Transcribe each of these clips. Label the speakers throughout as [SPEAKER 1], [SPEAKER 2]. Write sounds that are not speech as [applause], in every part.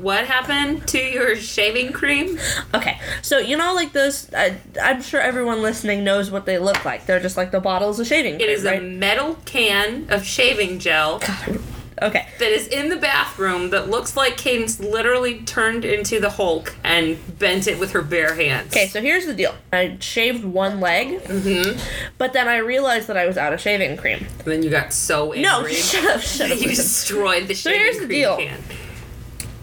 [SPEAKER 1] what happened to your shaving cream?
[SPEAKER 2] Okay, so you know, like those, I, I'm sure everyone listening knows what they look like. They're just like the bottles of shaving
[SPEAKER 1] It
[SPEAKER 2] cream,
[SPEAKER 1] is a
[SPEAKER 2] right?
[SPEAKER 1] metal can of shaving gel
[SPEAKER 2] okay,
[SPEAKER 1] that is in the bathroom that looks like Cadence literally turned into the Hulk and bent it with her bare hands.
[SPEAKER 2] okay. So here's the deal. I shaved one leg,
[SPEAKER 1] Mm-hmm.
[SPEAKER 2] but then I realized that I was out of shaving cream.
[SPEAKER 1] And then you got so angry.
[SPEAKER 2] No, [laughs] shut up, shut up.
[SPEAKER 1] that [laughs] you
[SPEAKER 2] listen.
[SPEAKER 1] destroyed the shaving
[SPEAKER 2] here's the
[SPEAKER 1] cream
[SPEAKER 2] deal.
[SPEAKER 1] can.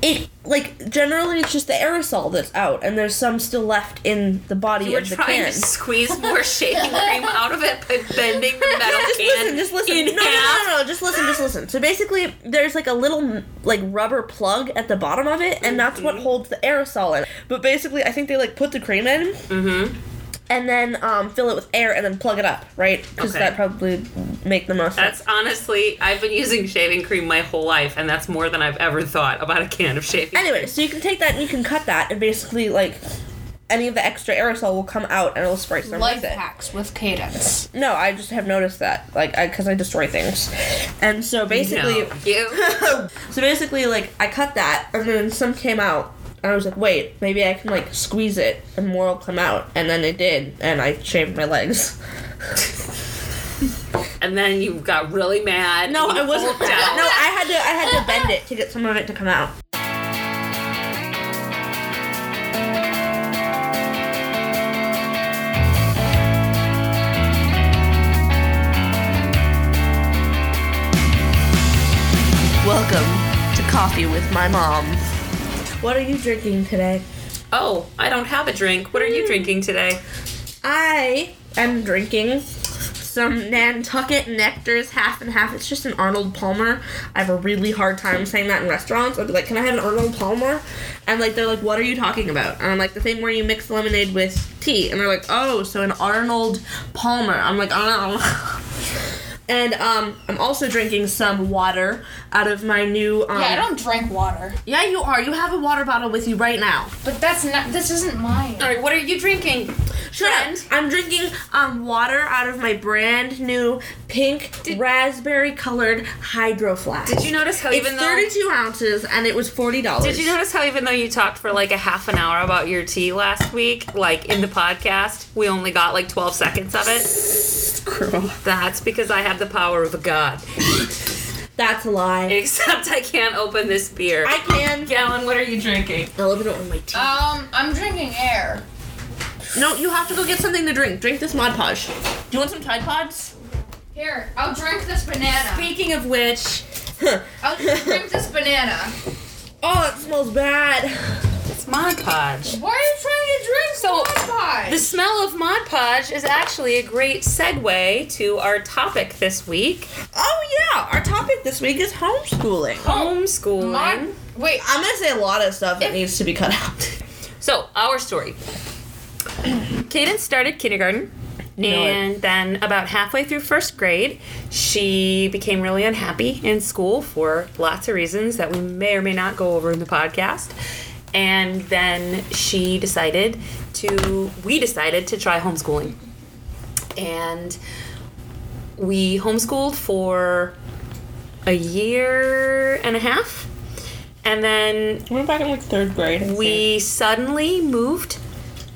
[SPEAKER 2] it like generally it's just the aerosol that's out and there's some still left in the body
[SPEAKER 1] You were
[SPEAKER 2] of the
[SPEAKER 1] trying to
[SPEAKER 2] can.
[SPEAKER 1] squeeze more shaving
[SPEAKER 2] [laughs]
[SPEAKER 1] cream out of it by bending the metal
[SPEAKER 2] just
[SPEAKER 1] can
[SPEAKER 2] listen, just listen.
[SPEAKER 1] in
[SPEAKER 2] no, no,
[SPEAKER 1] half.
[SPEAKER 2] no, no, no, just listen, just listen. So basically, there's like a little like rubber plug at the bottom of it, and that's
[SPEAKER 1] Mm-hmm.
[SPEAKER 2] what holds the aerosol in. But basically, I think they like put the cream in,
[SPEAKER 1] Mm-hmm.
[SPEAKER 2] and then um, fill it with air, and then plug it up, right? Because
[SPEAKER 1] Okay.
[SPEAKER 2] that probably make the most. sense.
[SPEAKER 1] That's honestly, I've been using shaving cream my whole life, and that's more than I've ever thought about a can of shaving.
[SPEAKER 2] Anyway, so you can take that and you can cut that, and basically like. Any of the extra aerosol will come out and it'll spray some
[SPEAKER 3] Life
[SPEAKER 2] with it.
[SPEAKER 3] hacks with cadence.
[SPEAKER 2] No, I just have noticed that, like, because I, destroy things, and so basically,
[SPEAKER 1] No,
[SPEAKER 2] [laughs]
[SPEAKER 1] you.
[SPEAKER 2] so basically, like, I cut that, and then some came out, and I was like, wait, maybe I can like squeeze it, and more will come out, and then it did, and I shaved my legs.
[SPEAKER 1] And then you got really mad.
[SPEAKER 2] No,
[SPEAKER 1] and you
[SPEAKER 2] I wasn't.
[SPEAKER 1] pulled
[SPEAKER 2] [laughs] No, I
[SPEAKER 1] down.
[SPEAKER 2] had to, I had to bend it to get some of it to come out. Welcome to Coffee with my mom. What are you drinking today?
[SPEAKER 1] Oh, I don't have a drink. What are you drinking today?
[SPEAKER 2] I am drinking some Nantucket Nectars half and half. It's just an Arnold Palmer. I have a really hard time saying that in restaurants. I'll be like, "Can I have an Arnold Palmer?" And like they're like, "What are you talking about?" And I'm like, "The thing where you mix lemonade with tea." And they're like, "Oh, so an Arnold Palmer." I'm like, "Oh." [laughs] And um, I'm also drinking some water out of my new. Um,
[SPEAKER 3] Yeah, I don't drink water,
[SPEAKER 2] Yeah, you are. You have a water bottle with you right now.
[SPEAKER 3] but that's not. This isn't mine.
[SPEAKER 1] All right, what are you drinking?
[SPEAKER 2] Shut up.
[SPEAKER 1] friend?
[SPEAKER 2] I'm drinking um, water out of my brand new pink raspberry colored hydro flask.
[SPEAKER 1] Did you notice how
[SPEAKER 2] It's
[SPEAKER 1] even though
[SPEAKER 2] 32 ounces and it was forty dollars.
[SPEAKER 1] did you notice how even though you talked for like a half an hour about your tea last week, like in the podcast, we only got like 12 seconds of it? That's because I have the power of a god. [laughs]
[SPEAKER 2] That's a lie.
[SPEAKER 1] Except I can't open this beer.
[SPEAKER 2] I can.
[SPEAKER 1] Gallon, what are you drinking?
[SPEAKER 2] I'll open it with my teeth.
[SPEAKER 1] Uh,
[SPEAKER 3] Um, I'm drinking air.
[SPEAKER 2] no, you have to go get something to drink. Drink this Mod Podge. Do you want some Tide Pods?
[SPEAKER 3] Here, I'll drink this banana.
[SPEAKER 1] Speaking of which,
[SPEAKER 3] I'll drink this banana.
[SPEAKER 2] [laughs] oh, it smells bad.
[SPEAKER 1] it's Mod Podge.
[SPEAKER 3] Why are you trying to drink so much pie?
[SPEAKER 1] The smell of Mod Podge is actually a great segue to our topic this week
[SPEAKER 2] Oh yeah, our topic this week is homeschooling.
[SPEAKER 1] Oh, homeschooling.
[SPEAKER 3] Mod- Wait,
[SPEAKER 2] I'm gonna say a lot of stuff that needs to be cut out.
[SPEAKER 1] So, our story. Cadence started kindergarten. And then, about halfway through first grade, she became really unhappy in school for lots of reasons that we may or may not go over in the podcast. And then she decided to, we decided to try homeschooling. And we homeschooled for a year and a half. And then
[SPEAKER 2] We're back in like third grade.
[SPEAKER 1] we suddenly moved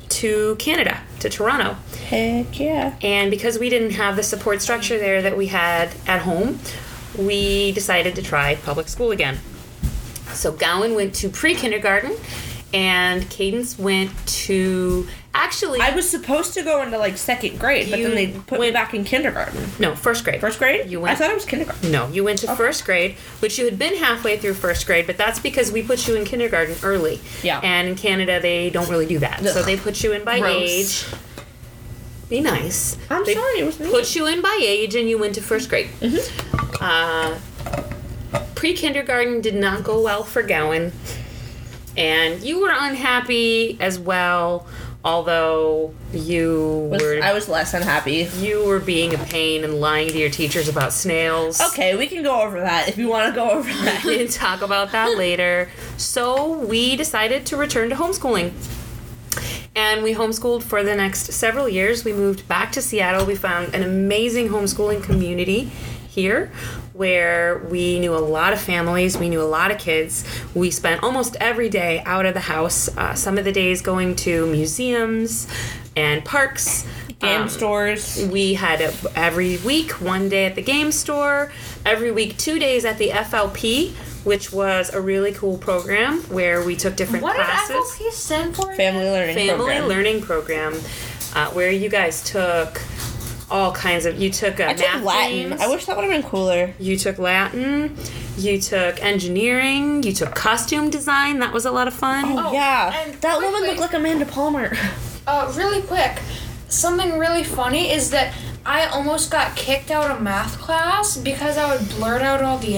[SPEAKER 1] to Canada, to Toronto.
[SPEAKER 2] heck yeah.
[SPEAKER 1] And because we didn't have the support structure there that we had at home, we decided to try public school again. So Gowan went to pre kindergarten, and Cadence went to actually,
[SPEAKER 2] I was supposed to go into like second grade, but
[SPEAKER 1] You
[SPEAKER 2] then they put me
[SPEAKER 1] went-
[SPEAKER 2] back in kindergarten.
[SPEAKER 1] no, first grade.
[SPEAKER 2] First grade?
[SPEAKER 1] You went-
[SPEAKER 2] I thought it was kindergarten.
[SPEAKER 1] No, you went to first grade, which you had been halfway through first grade, but that's because we put you in kindergarten early.
[SPEAKER 2] Yeah.
[SPEAKER 1] And in Canada, they don't really do that. So
[SPEAKER 2] Ugh.
[SPEAKER 1] they put you in by
[SPEAKER 2] Gross.
[SPEAKER 1] age. Be nice.
[SPEAKER 2] I'm
[SPEAKER 1] They
[SPEAKER 2] sorry, it was me.
[SPEAKER 1] Put you in by age, and you went to first grade.
[SPEAKER 2] Mm-hmm.
[SPEAKER 1] Uh, Pre kindergarten did not go well for Gowan, and you were unhappy as well. Although you
[SPEAKER 2] Was-
[SPEAKER 1] were
[SPEAKER 2] I was less unhappy.
[SPEAKER 1] you were being a pain and lying to your teachers about snails.
[SPEAKER 2] Okay, we can go over that if you want to go over
[SPEAKER 1] [laughs]
[SPEAKER 2] that.
[SPEAKER 1] and talk about that later. So we decided to return to homeschooling. And we homeschooled for the next several years. We moved back to Seattle. We found an amazing homeschooling community here where we knew a lot of families, we knew a lot of kids. We spent almost every day out of the house, uh, some of the days going to museums and parks.
[SPEAKER 2] Game
[SPEAKER 1] um,
[SPEAKER 2] stores.
[SPEAKER 1] we had a, every week one day at the game store, every week two days at the FLP, which was a really cool program where we took different
[SPEAKER 3] What did
[SPEAKER 1] classes.
[SPEAKER 3] FLP stand for? again?
[SPEAKER 2] Family learning
[SPEAKER 1] Family
[SPEAKER 2] program.
[SPEAKER 1] learning program, uh, where you guys took all kinds of. You took uh,
[SPEAKER 2] I took
[SPEAKER 1] math
[SPEAKER 2] Latin.
[SPEAKER 1] games,
[SPEAKER 2] I wish that would have been cooler.
[SPEAKER 1] you took Latin. You took engineering. You took costume design. That was a lot of fun.
[SPEAKER 2] Oh,
[SPEAKER 3] Oh,
[SPEAKER 2] yeah.
[SPEAKER 3] and
[SPEAKER 2] That
[SPEAKER 3] quickly-
[SPEAKER 2] woman looked like
[SPEAKER 1] [laughs]
[SPEAKER 2] Amanda Palmer.
[SPEAKER 3] Uh, really quick, something really funny is that I almost got kicked out of math class because I would blurt out all the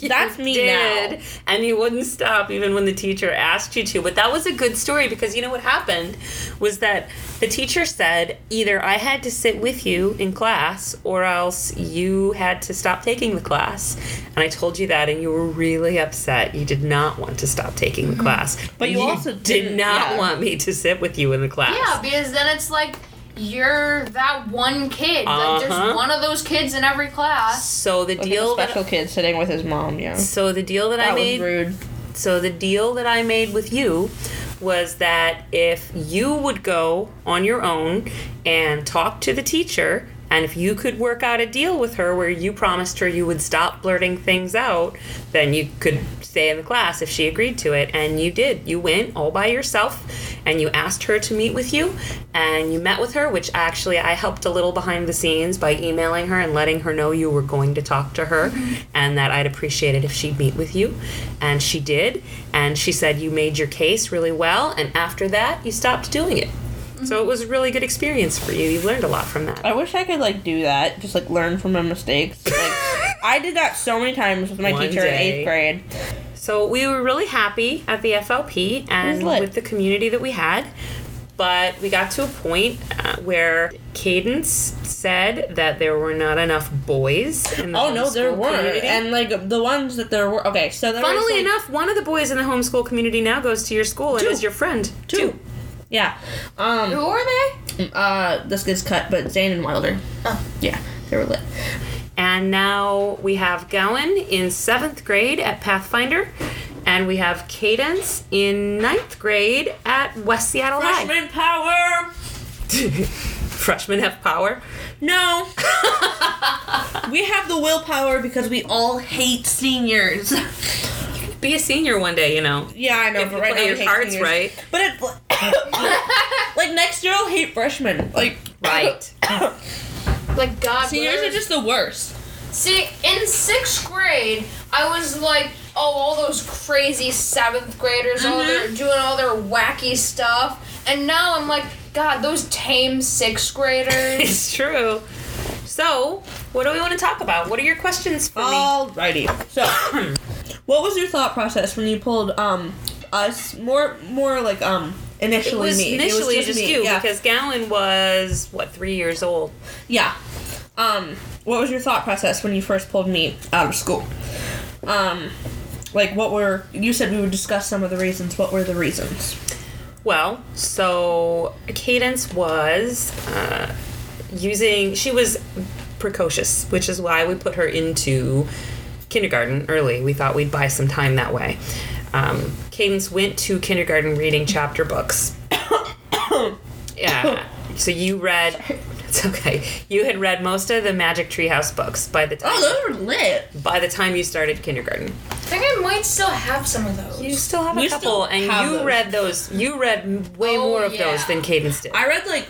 [SPEAKER 1] [laughs]
[SPEAKER 2] That's me
[SPEAKER 1] did,
[SPEAKER 2] now.
[SPEAKER 1] and you wouldn't stop even when the teacher asked you to. But that was a good story because you know what happened was that the teacher said either I had to sit with you in class or else you had to stop taking the class. And I told you that, and you were really upset. You did not want to stop taking the class,
[SPEAKER 2] Mm-hmm. But you also
[SPEAKER 1] did
[SPEAKER 2] didn't-
[SPEAKER 1] not
[SPEAKER 2] yeah.
[SPEAKER 1] want me to sit with you in the class.
[SPEAKER 3] [laughs] [laughs] yeah, because then it's like you're that one kid. Like
[SPEAKER 1] Uh-huh.
[SPEAKER 3] there's one of those kids in every class.
[SPEAKER 1] So the
[SPEAKER 2] Like a
[SPEAKER 1] deal that
[SPEAKER 2] special kid sitting with his mom. Yeah.
[SPEAKER 1] so the deal that, I
[SPEAKER 2] That was
[SPEAKER 1] made
[SPEAKER 2] rude.
[SPEAKER 1] So the deal that I made with you was that if you would go on your own and talk to the teacher, and if you could work out a deal with her where you promised her you would stop blurting things out, then you could stay in the class if she agreed to it. And you did. You went all by yourself and you asked her to meet with you and you met with her, which actually I helped a little behind the scenes by emailing her and letting her know you were going to talk to her and that I'd appreciate it if she'd meet with you. And she did. And she said you made your case really well. And after that, you stopped doing it. So it was a really good experience for you. You learned a lot from that.
[SPEAKER 2] I wish I could like do that, just like learn from my mistakes. Like, I did that so many times with my
[SPEAKER 1] One
[SPEAKER 2] teacher in
[SPEAKER 1] day.
[SPEAKER 2] eighth grade.
[SPEAKER 1] So we were really happy at the FLP and
[SPEAKER 2] It was lit.
[SPEAKER 1] with the community that we had. But we got to a point uh, where Cadence said that there were not enough boys in the
[SPEAKER 2] Oh no, there
[SPEAKER 1] homeschool
[SPEAKER 2] were,
[SPEAKER 1] community.
[SPEAKER 2] and like the ones that there were. Okay, so there was,
[SPEAKER 1] Funnily
[SPEAKER 2] like,
[SPEAKER 1] enough, one of the boys in the homeschool community now goes to your school and
[SPEAKER 2] Two.
[SPEAKER 1] is your friend.
[SPEAKER 2] two. Yeah.
[SPEAKER 3] Who
[SPEAKER 2] Um.
[SPEAKER 3] are they?
[SPEAKER 2] Uh. This gets cut, but Zane and Wilder.
[SPEAKER 3] Oh.
[SPEAKER 2] Yeah, they were lit.
[SPEAKER 1] And now we have Gowan in seventh grade at Pathfinder, and we have Cadence in ninth grade at West Seattle High.
[SPEAKER 2] Freshman power.
[SPEAKER 1] [laughs] Freshmen have power.
[SPEAKER 2] [laughs] No. we have the willpower because we all hate seniors.
[SPEAKER 1] Be a senior one day, you know.
[SPEAKER 2] yeah, I know.
[SPEAKER 1] If
[SPEAKER 2] but
[SPEAKER 1] you
[SPEAKER 2] right
[SPEAKER 1] play
[SPEAKER 2] now
[SPEAKER 1] your
[SPEAKER 2] we hate
[SPEAKER 1] cards
[SPEAKER 2] seniors.
[SPEAKER 1] right. [laughs]
[SPEAKER 2] But it, like [coughs] next year, I'll hate freshmen. Like
[SPEAKER 1] Right.
[SPEAKER 3] Like
[SPEAKER 2] [coughs]
[SPEAKER 3] God.
[SPEAKER 2] Seniors
[SPEAKER 3] blur.
[SPEAKER 2] are just the worst.
[SPEAKER 3] See, in sixth grade, I was like, oh, all those crazy seventh graders, all their
[SPEAKER 1] Mm-hmm.
[SPEAKER 3] doing all their wacky stuff, and now I'm like, God, those tame sixth graders.
[SPEAKER 1] [laughs] It's true. So, what do we want to talk about? What are your questions for
[SPEAKER 2] Oh,
[SPEAKER 1] me?
[SPEAKER 2] Alrighty. So, [clears throat] what was your thought process when you pulled um us more more like um
[SPEAKER 1] It
[SPEAKER 2] initially
[SPEAKER 1] was
[SPEAKER 2] me?
[SPEAKER 1] initially
[SPEAKER 2] it
[SPEAKER 1] just,
[SPEAKER 2] was me,
[SPEAKER 1] you
[SPEAKER 2] yeah.
[SPEAKER 1] because Gowan was what three years old.
[SPEAKER 2] yeah. Um, what was your thought process when you first pulled me out of school? Um, like what were you said we would discuss some of the reasons. What were the reasons?
[SPEAKER 1] Well, so Cadence was uh, using, she was precocious, which is why we put her into kindergarten early. We thought we'd buy some time that way. Um, Cadence went to kindergarten reading chapter books. [coughs] yeah. So you read, it's okay. You had read most of the Magic Treehouse books by the time
[SPEAKER 2] [gasps] Oh, those were lit.
[SPEAKER 1] by the time you started kindergarten.
[SPEAKER 3] I think I might still have some of those.
[SPEAKER 1] You still have a
[SPEAKER 2] We still
[SPEAKER 1] couple, and
[SPEAKER 2] have
[SPEAKER 1] you
[SPEAKER 2] those.
[SPEAKER 1] read those. You read way
[SPEAKER 3] Oh,
[SPEAKER 1] more of
[SPEAKER 3] yeah.
[SPEAKER 1] those than Cadence did.
[SPEAKER 2] I read like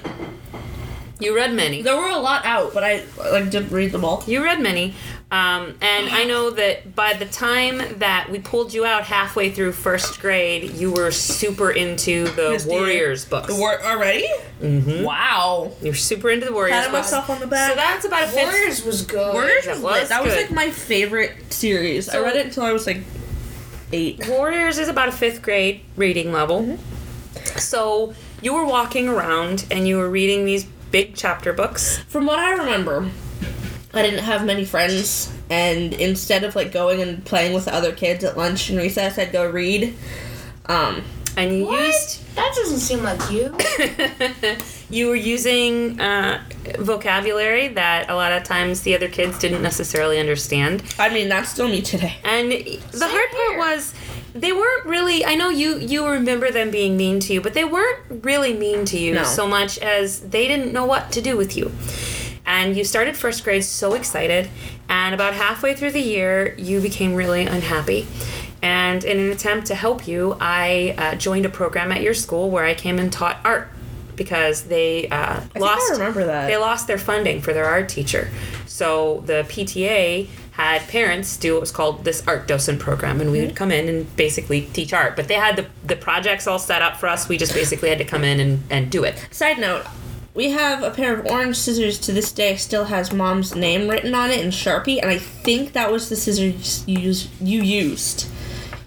[SPEAKER 1] You read many.
[SPEAKER 2] there were a lot out, but I like didn't read them all.
[SPEAKER 1] You read many. Um, and I know that by the time that we pulled you out halfway through first grade, you were super into the
[SPEAKER 2] Yes, dear.
[SPEAKER 1] Warriors books.
[SPEAKER 2] The wor- already? Mm-hmm. Wow.
[SPEAKER 1] You're super into the Warriors
[SPEAKER 2] Patted
[SPEAKER 1] books.
[SPEAKER 2] myself on the back.
[SPEAKER 1] So that's about a fifth.
[SPEAKER 3] Warriors was good.
[SPEAKER 2] Warriors
[SPEAKER 1] Oh, that
[SPEAKER 2] was
[SPEAKER 1] was
[SPEAKER 2] lit. That was
[SPEAKER 1] good.
[SPEAKER 2] like my favorite series. I
[SPEAKER 1] So-
[SPEAKER 2] read it until I was like eight.
[SPEAKER 1] Warriors is about a fifth grade reading level. So you were walking around and you were reading these big chapter books.
[SPEAKER 2] From what I remember, I didn't have many friends, and instead of like going and playing with other kids at lunch and recess, I'd go read. Um,
[SPEAKER 1] And you
[SPEAKER 3] What?
[SPEAKER 1] used
[SPEAKER 3] That doesn't seem like you.
[SPEAKER 1] [coughs] you were using uh, vocabulary that a lot of times the other kids didn't necessarily understand.
[SPEAKER 2] I mean, that's still me today. [laughs]
[SPEAKER 1] And the hard part
[SPEAKER 3] here.
[SPEAKER 1] was they weren't really I know you you remember them being mean to you, but they weren't really mean to you
[SPEAKER 2] No.
[SPEAKER 1] so much as they didn't know what to do with you. And you started first grade so excited, and about halfway through the year, you became really unhappy. And in an attempt to help you, I uh, joined a program at your school where I came and taught art because they uh,
[SPEAKER 2] I
[SPEAKER 1] lost.
[SPEAKER 2] remember that.
[SPEAKER 1] They lost their funding for their art teacher. So the PTA had parents do what was called this art docent program, and we
[SPEAKER 2] Mm-hmm.
[SPEAKER 1] would come in and basically teach art. But they had the, the projects all set up for us. We just basically had to come in and, and do it.
[SPEAKER 2] Side note, we have a pair of orange scissors to this day still has mom's name written on it in Sharpie, and I think that was the scissors you used. You used.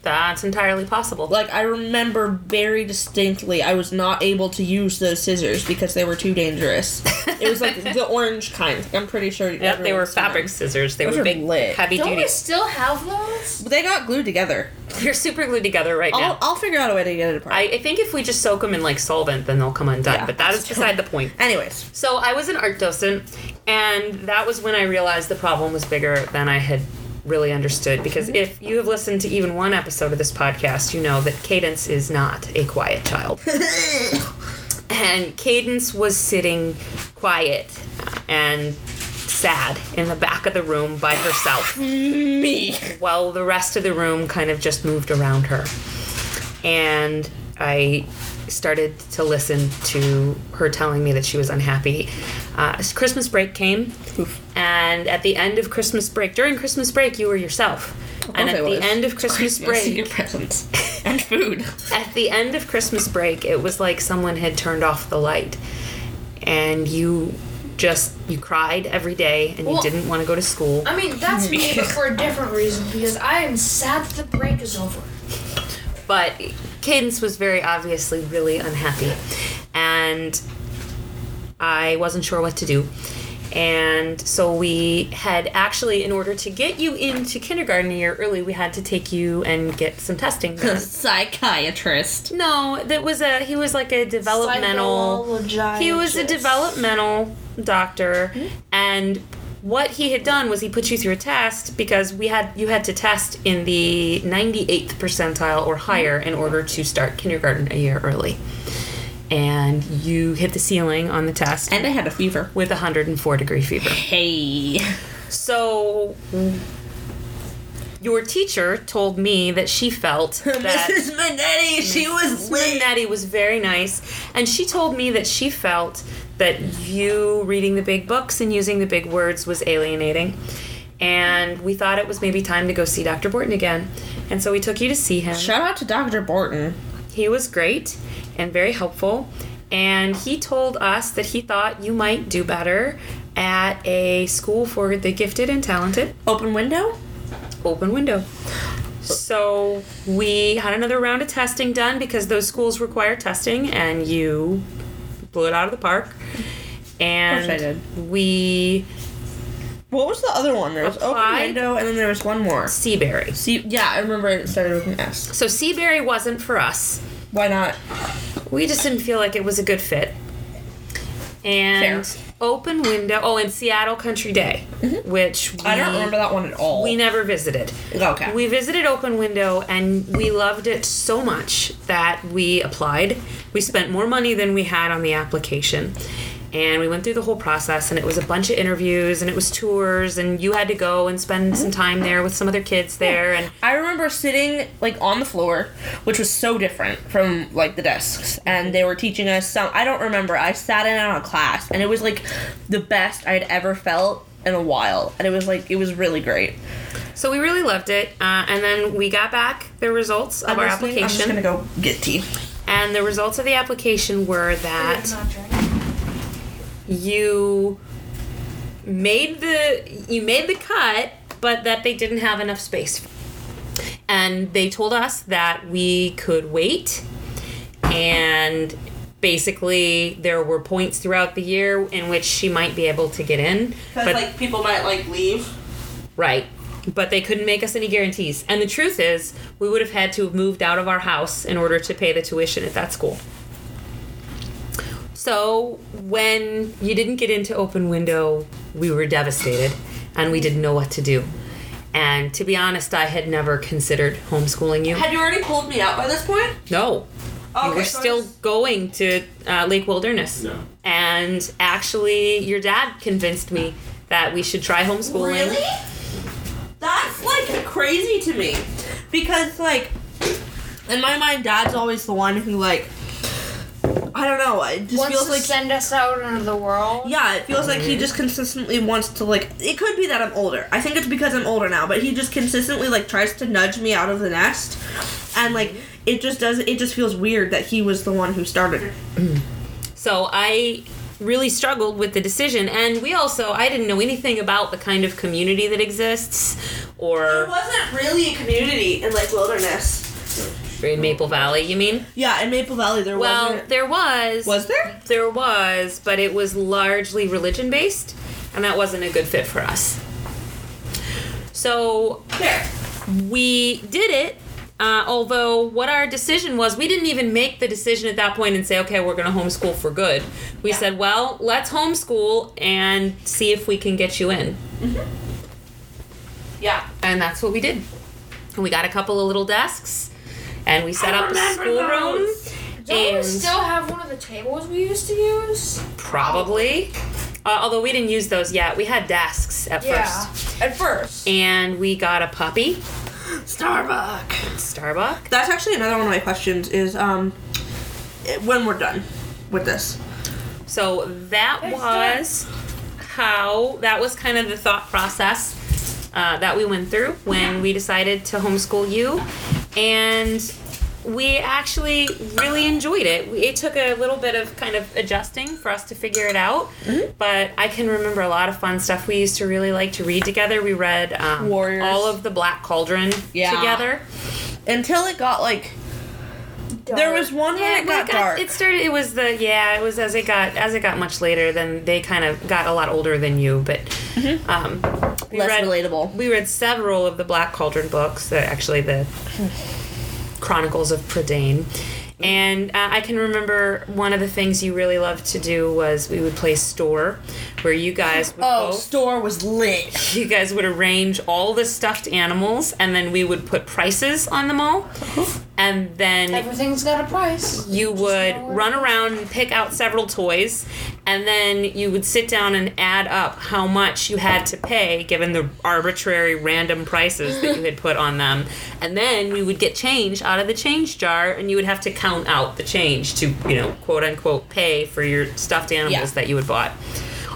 [SPEAKER 1] That's entirely possible.
[SPEAKER 2] Like I remember very distinctly, I was not able to use those scissors because they were too dangerous. it was like
[SPEAKER 1] [laughs]
[SPEAKER 2] the orange kind. I'm pretty sure.
[SPEAKER 1] Yep, they were
[SPEAKER 2] everyone's seen them.
[SPEAKER 1] fabric scissors. They
[SPEAKER 2] Those
[SPEAKER 1] were
[SPEAKER 2] are
[SPEAKER 1] big,
[SPEAKER 2] lit.
[SPEAKER 1] heavy
[SPEAKER 3] Don't we
[SPEAKER 1] duty.
[SPEAKER 3] still have those?
[SPEAKER 2] But they got glued together.
[SPEAKER 1] [laughs] They're super glued together right
[SPEAKER 2] I'll,
[SPEAKER 1] now.
[SPEAKER 2] I'll figure out a way to get it apart.
[SPEAKER 1] I, I think if we just soak them in like solvent, then they'll come undone.
[SPEAKER 2] Yeah,
[SPEAKER 1] but that
[SPEAKER 2] that's
[SPEAKER 1] is
[SPEAKER 2] true.
[SPEAKER 1] beside the point.
[SPEAKER 2] Anyways,
[SPEAKER 1] So I was an art docent, and that was when I realized the problem was bigger than I had really understood. Because if you have listened to even one episode of this podcast, you know that Cadence is not a quiet child. and Cadence was sitting quiet and sad in the back of the room by herself
[SPEAKER 2] [laughs] me.
[SPEAKER 1] while the rest of the room kind of just moved around her. And I started to listen to her telling me that she was unhappy. Uh, as Christmas break came, and at the end of Christmas break, during Christmas break, you were yourself. And
[SPEAKER 2] course
[SPEAKER 1] at
[SPEAKER 2] I
[SPEAKER 1] the
[SPEAKER 2] was.
[SPEAKER 1] end of Christmas break,
[SPEAKER 2] Your presents
[SPEAKER 1] [laughs]
[SPEAKER 2] and food. [laughs]
[SPEAKER 1] at the end of Christmas break, it was like someone had turned off the light, and you just you cried every day, and you
[SPEAKER 3] Well-
[SPEAKER 1] didn't want to go to school.
[SPEAKER 3] I mean, that's me, but for a different reason because I am sad that the break is over.
[SPEAKER 1] but Cadence was very obviously really unhappy, and I wasn't sure what to do. And so we had actually, in order to get you into kindergarten a year early, we had to take you and get some testing
[SPEAKER 2] [laughs]
[SPEAKER 1] done.
[SPEAKER 2] Psychiatrist.
[SPEAKER 1] No, that was a he was like a developmental. He was a
[SPEAKER 3] Psychologist.
[SPEAKER 1] developmental doctor, and what he had done was he put you through a test because we had you had to test in the 98th percentile or higher in order to start kindergarten a year early. And you hit the ceiling on the test
[SPEAKER 2] And I had a fever.
[SPEAKER 1] with 104 degree fever.
[SPEAKER 2] [laughs] Hey.
[SPEAKER 1] So your teacher told me that she felt that
[SPEAKER 2] Minetti, she was
[SPEAKER 1] Natty was very nice, and she told me that she felt that you reading the big books and using the big words was alienating. And we thought it was maybe time to go see Dr. Borton again. And so we took you to see him.
[SPEAKER 2] Shout out to Dr. Borton.
[SPEAKER 1] He was great and very helpful. And he told us that he thought you might do better at a school for the gifted and talented
[SPEAKER 2] Open window?
[SPEAKER 1] open window. So we had another round of testing done because those schools require testing, and you blew it out of the park. And
[SPEAKER 2] Of course I
[SPEAKER 1] we
[SPEAKER 2] What was the other one? There was open
[SPEAKER 1] Applied.
[SPEAKER 2] window and then there was one more.
[SPEAKER 1] Seabury.
[SPEAKER 2] See, yeah, I remember it started with an S.
[SPEAKER 1] So Seabury wasn't for us.
[SPEAKER 2] Why not?
[SPEAKER 1] We just didn't feel like it was a good fit. And
[SPEAKER 2] Fair.
[SPEAKER 1] open window. Oh, and Seattle Country Day, which we,
[SPEAKER 2] Mm-hmm. I don't remember that one at all.
[SPEAKER 1] we never visited.
[SPEAKER 2] Okay.
[SPEAKER 1] We visited Open Window and we loved it so much that we applied. We spent more money than we had on the application. And we went through the whole process, and it was a bunch of interviews, and it was tours, and you had to go and spend some time there with some other kids there. And
[SPEAKER 2] I remember sitting like on the floor, which was so different from like the desks, and they were teaching us some. I don't remember. I sat in on a class, and it was like the best I'd ever felt in a while, and it was like it was really great.
[SPEAKER 1] so we really loved it. Uh, and then we got back the results of our
[SPEAKER 2] Honestly, I'm just
[SPEAKER 1] application,
[SPEAKER 2] gonna go get tea.
[SPEAKER 1] and the results of the application were that.
[SPEAKER 3] Not drinking.
[SPEAKER 1] you made the you made the cut but that they didn't have enough space and they told us that we could wait and basically there were points throughout the year in which she might be able to get in but
[SPEAKER 2] people might like leave.
[SPEAKER 1] right but they couldn't make us any guarantees and the truth is we would have had to have moved out of our house in order to pay the tuition at that school so when you didn't get into open window, we were devastated and we didn't know what to do. And to be honest, I had never considered homeschooling you.
[SPEAKER 2] Had you already pulled me out by this point?
[SPEAKER 1] No.
[SPEAKER 2] Okay,
[SPEAKER 1] you were
[SPEAKER 2] so I
[SPEAKER 1] still
[SPEAKER 2] was-
[SPEAKER 1] going to uh, Lake Wilderness.
[SPEAKER 4] No.
[SPEAKER 1] And actually, your dad convinced me that we should try homeschooling.
[SPEAKER 2] Really? That's like crazy to me. Because like in my mind dad's always the one who like I don't know, it just
[SPEAKER 3] Wants
[SPEAKER 2] feels
[SPEAKER 3] to
[SPEAKER 2] like
[SPEAKER 3] send us out into the world.
[SPEAKER 2] yeah, it feels like he just consistently wants to like it could be that I'm older. I think it's because I'm older now, but he just consistently like tries to nudge me out of the nest. And like it just does it just feels weird that he was the one who started it.
[SPEAKER 1] So I really struggled with the decision. And we also, I didn't know anything about the kind of community that exists or
[SPEAKER 2] wasn't really a community in like wilderness.
[SPEAKER 1] in Maple Valley, you mean?
[SPEAKER 2] Yeah, in Maple Valley there
[SPEAKER 1] Well,
[SPEAKER 2] wasn't
[SPEAKER 1] there was.
[SPEAKER 2] was there?
[SPEAKER 1] There was, but it was largely religion based, and that wasn't a good fit for us. So
[SPEAKER 2] There.
[SPEAKER 1] we did it. Uh, although what our decision was, we didn't even make the decision at that point and say, okay, we're going to homeschool for good. We said, well, let's homeschool and see if we can get you in.
[SPEAKER 2] Yeah.
[SPEAKER 1] And that's what we did. And we got a couple of little desks and we set up a schoolroom.
[SPEAKER 3] Don't we
[SPEAKER 1] And-
[SPEAKER 3] still have one of the tables we used to use?
[SPEAKER 1] Probably. Uh, although we didn't use those yet. We had desks at first.
[SPEAKER 3] At first.
[SPEAKER 1] And we got a puppy,
[SPEAKER 2] Starbucks.
[SPEAKER 1] Starbuck.
[SPEAKER 2] That's actually another one of my questions is um when we're done with this.
[SPEAKER 1] So that was how, that was kind of the thought process uh, that we went through when we decided to homeschool you. And we actually really enjoyed it. We- It took a little bit of kind of adjusting for us to figure it out,
[SPEAKER 2] Mm-hmm.
[SPEAKER 1] but I can remember a lot of fun stuff we used to really like to read together. We read um,
[SPEAKER 2] Warriors.
[SPEAKER 1] all of the Black Cauldron
[SPEAKER 2] Yeah.
[SPEAKER 1] together.
[SPEAKER 2] Until it got like there was one when Oh, it
[SPEAKER 1] well,
[SPEAKER 2] got dark.
[SPEAKER 1] It started. It was the yeah. It was as it got as it got much later. Then they kind of got a lot older than you, but um, we
[SPEAKER 2] Mm-hmm. less
[SPEAKER 1] read
[SPEAKER 2] relatable.
[SPEAKER 1] we read several of the Black Cauldron books. uh, Actually, the Chronicles of Prydain. And uh, I can remember one of the things you really loved to do was we would play store, where you guys would
[SPEAKER 2] Oh,
[SPEAKER 1] both-
[SPEAKER 2] store was lit.
[SPEAKER 1] you guys would arrange all the stuffed animals, and then we would put prices on them all, and then
[SPEAKER 3] Everything's got a price.
[SPEAKER 1] you would
[SPEAKER 3] know where-
[SPEAKER 1] run around and pick out several toys and then you would sit down and add up how much you had to pay given the arbitrary random prices that you had put on them and then we would get change out of the change jar and you would have to count out the change to you know quote unquote pay for your stuffed animals
[SPEAKER 2] Yeah.
[SPEAKER 1] that you had bought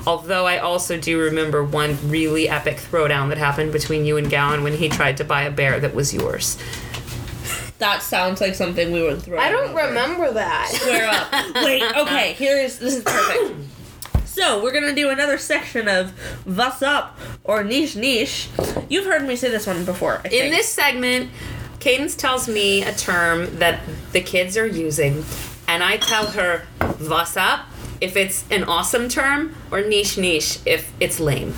[SPEAKER 1] Although I also do remember one really epic throwdown that happened between you and Gowan when he tried to buy a bear that was yours.
[SPEAKER 2] That sounds like something we would throw.
[SPEAKER 3] I don't remember that.
[SPEAKER 2] Square
[SPEAKER 3] [laughs]
[SPEAKER 2] up. Wait, okay, here is this is perfect. So we're gonna do another section of What's Up or Niche Niche. You've heard me say this one before. I
[SPEAKER 1] In
[SPEAKER 2] think.
[SPEAKER 1] this segment, Cadence tells me a term that the kids are using, and I tell her, "What's up?" if it's an awesome term, or "niche niche" if it's lame.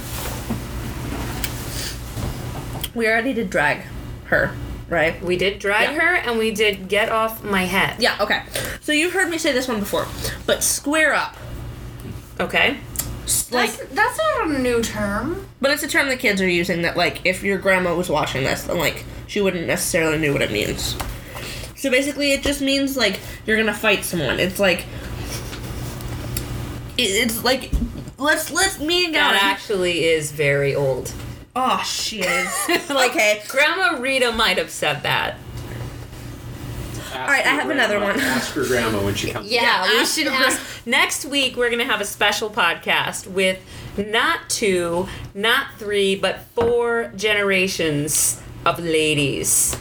[SPEAKER 2] we already did drag her, right?
[SPEAKER 1] We did drag
[SPEAKER 2] Yeah.
[SPEAKER 1] her, and we did get off my head.
[SPEAKER 2] Yeah, okay. So you've heard me say this one before, but square up.
[SPEAKER 1] Okay.
[SPEAKER 2] Like,
[SPEAKER 3] [laughs] That's, that's not a new term.
[SPEAKER 2] but it's a term the kids are using that, like, if your grandma was watching this, then, like, she wouldn't necessarily knew what it means. So basically, it just means, like, you're gonna fight someone. It's like. it- It's like. Let's, let's, me and
[SPEAKER 1] That
[SPEAKER 2] God.
[SPEAKER 1] actually is very old.
[SPEAKER 2] Oh, she is. okay.
[SPEAKER 1] Grandma Rita might have said that.
[SPEAKER 4] All
[SPEAKER 2] right, I have another one.
[SPEAKER 4] Ask your grandma when she comes.
[SPEAKER 1] Yeah, we
[SPEAKER 2] ask
[SPEAKER 1] should
[SPEAKER 2] her.
[SPEAKER 1] ask. Next week, we're going to have a special podcast with not two, not three, but four generations of ladies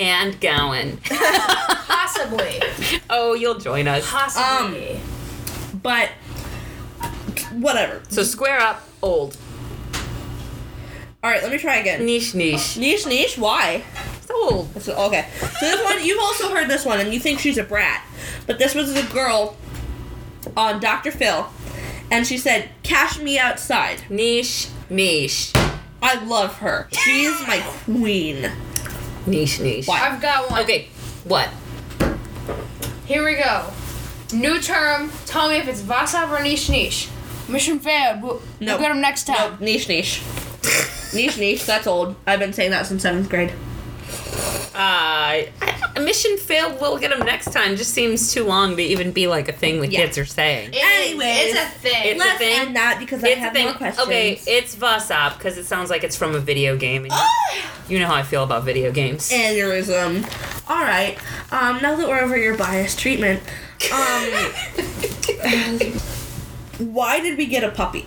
[SPEAKER 1] and Gowan.
[SPEAKER 3] Possibly.
[SPEAKER 1] Oh, you'll join us.
[SPEAKER 3] Possibly.
[SPEAKER 2] But. Whatever.
[SPEAKER 1] So square up, old.
[SPEAKER 2] Alright, let me try again.
[SPEAKER 1] Niche, niche.
[SPEAKER 2] Niche, niche, why?
[SPEAKER 1] It's old.
[SPEAKER 2] So, okay. So this one, you've also heard this one, and you think she's a brat, but this was a girl on Dr. Phil, and she said, "Cash me outside."
[SPEAKER 1] Niche, niche.
[SPEAKER 2] I love her. She's my
[SPEAKER 1] Um,
[SPEAKER 2] queen.
[SPEAKER 1] Niche, niche.
[SPEAKER 2] Why?
[SPEAKER 3] I've got one.
[SPEAKER 1] Okay, what?
[SPEAKER 3] Here we go. New term. Tell me if it's Vasab or Nish Nish. Mission failed. We'll,
[SPEAKER 2] Nope.
[SPEAKER 3] we'll get him next time.
[SPEAKER 2] Nope, niche niche. niche niche, that's old. I've been saying that since seventh grade.
[SPEAKER 1] Uh, mission failed. We'll get them next time. Just seems too long to even be like a thing that
[SPEAKER 2] Yeah.
[SPEAKER 1] kids are saying.
[SPEAKER 3] It is-
[SPEAKER 2] Anyways,
[SPEAKER 3] it's a thing.
[SPEAKER 1] it's-
[SPEAKER 2] Let's
[SPEAKER 1] thing.
[SPEAKER 2] end that because I
[SPEAKER 1] it's a
[SPEAKER 2] have
[SPEAKER 1] thing.
[SPEAKER 2] more questions.
[SPEAKER 1] Okay, it's Vasop because it sounds like it's from a video game, and you, you know how I feel about video games.
[SPEAKER 2] [gasps] Aneurysm. All right. Um, now that we're over your biased treatment,
[SPEAKER 1] [laughs]
[SPEAKER 2] um, why did we get a puppy?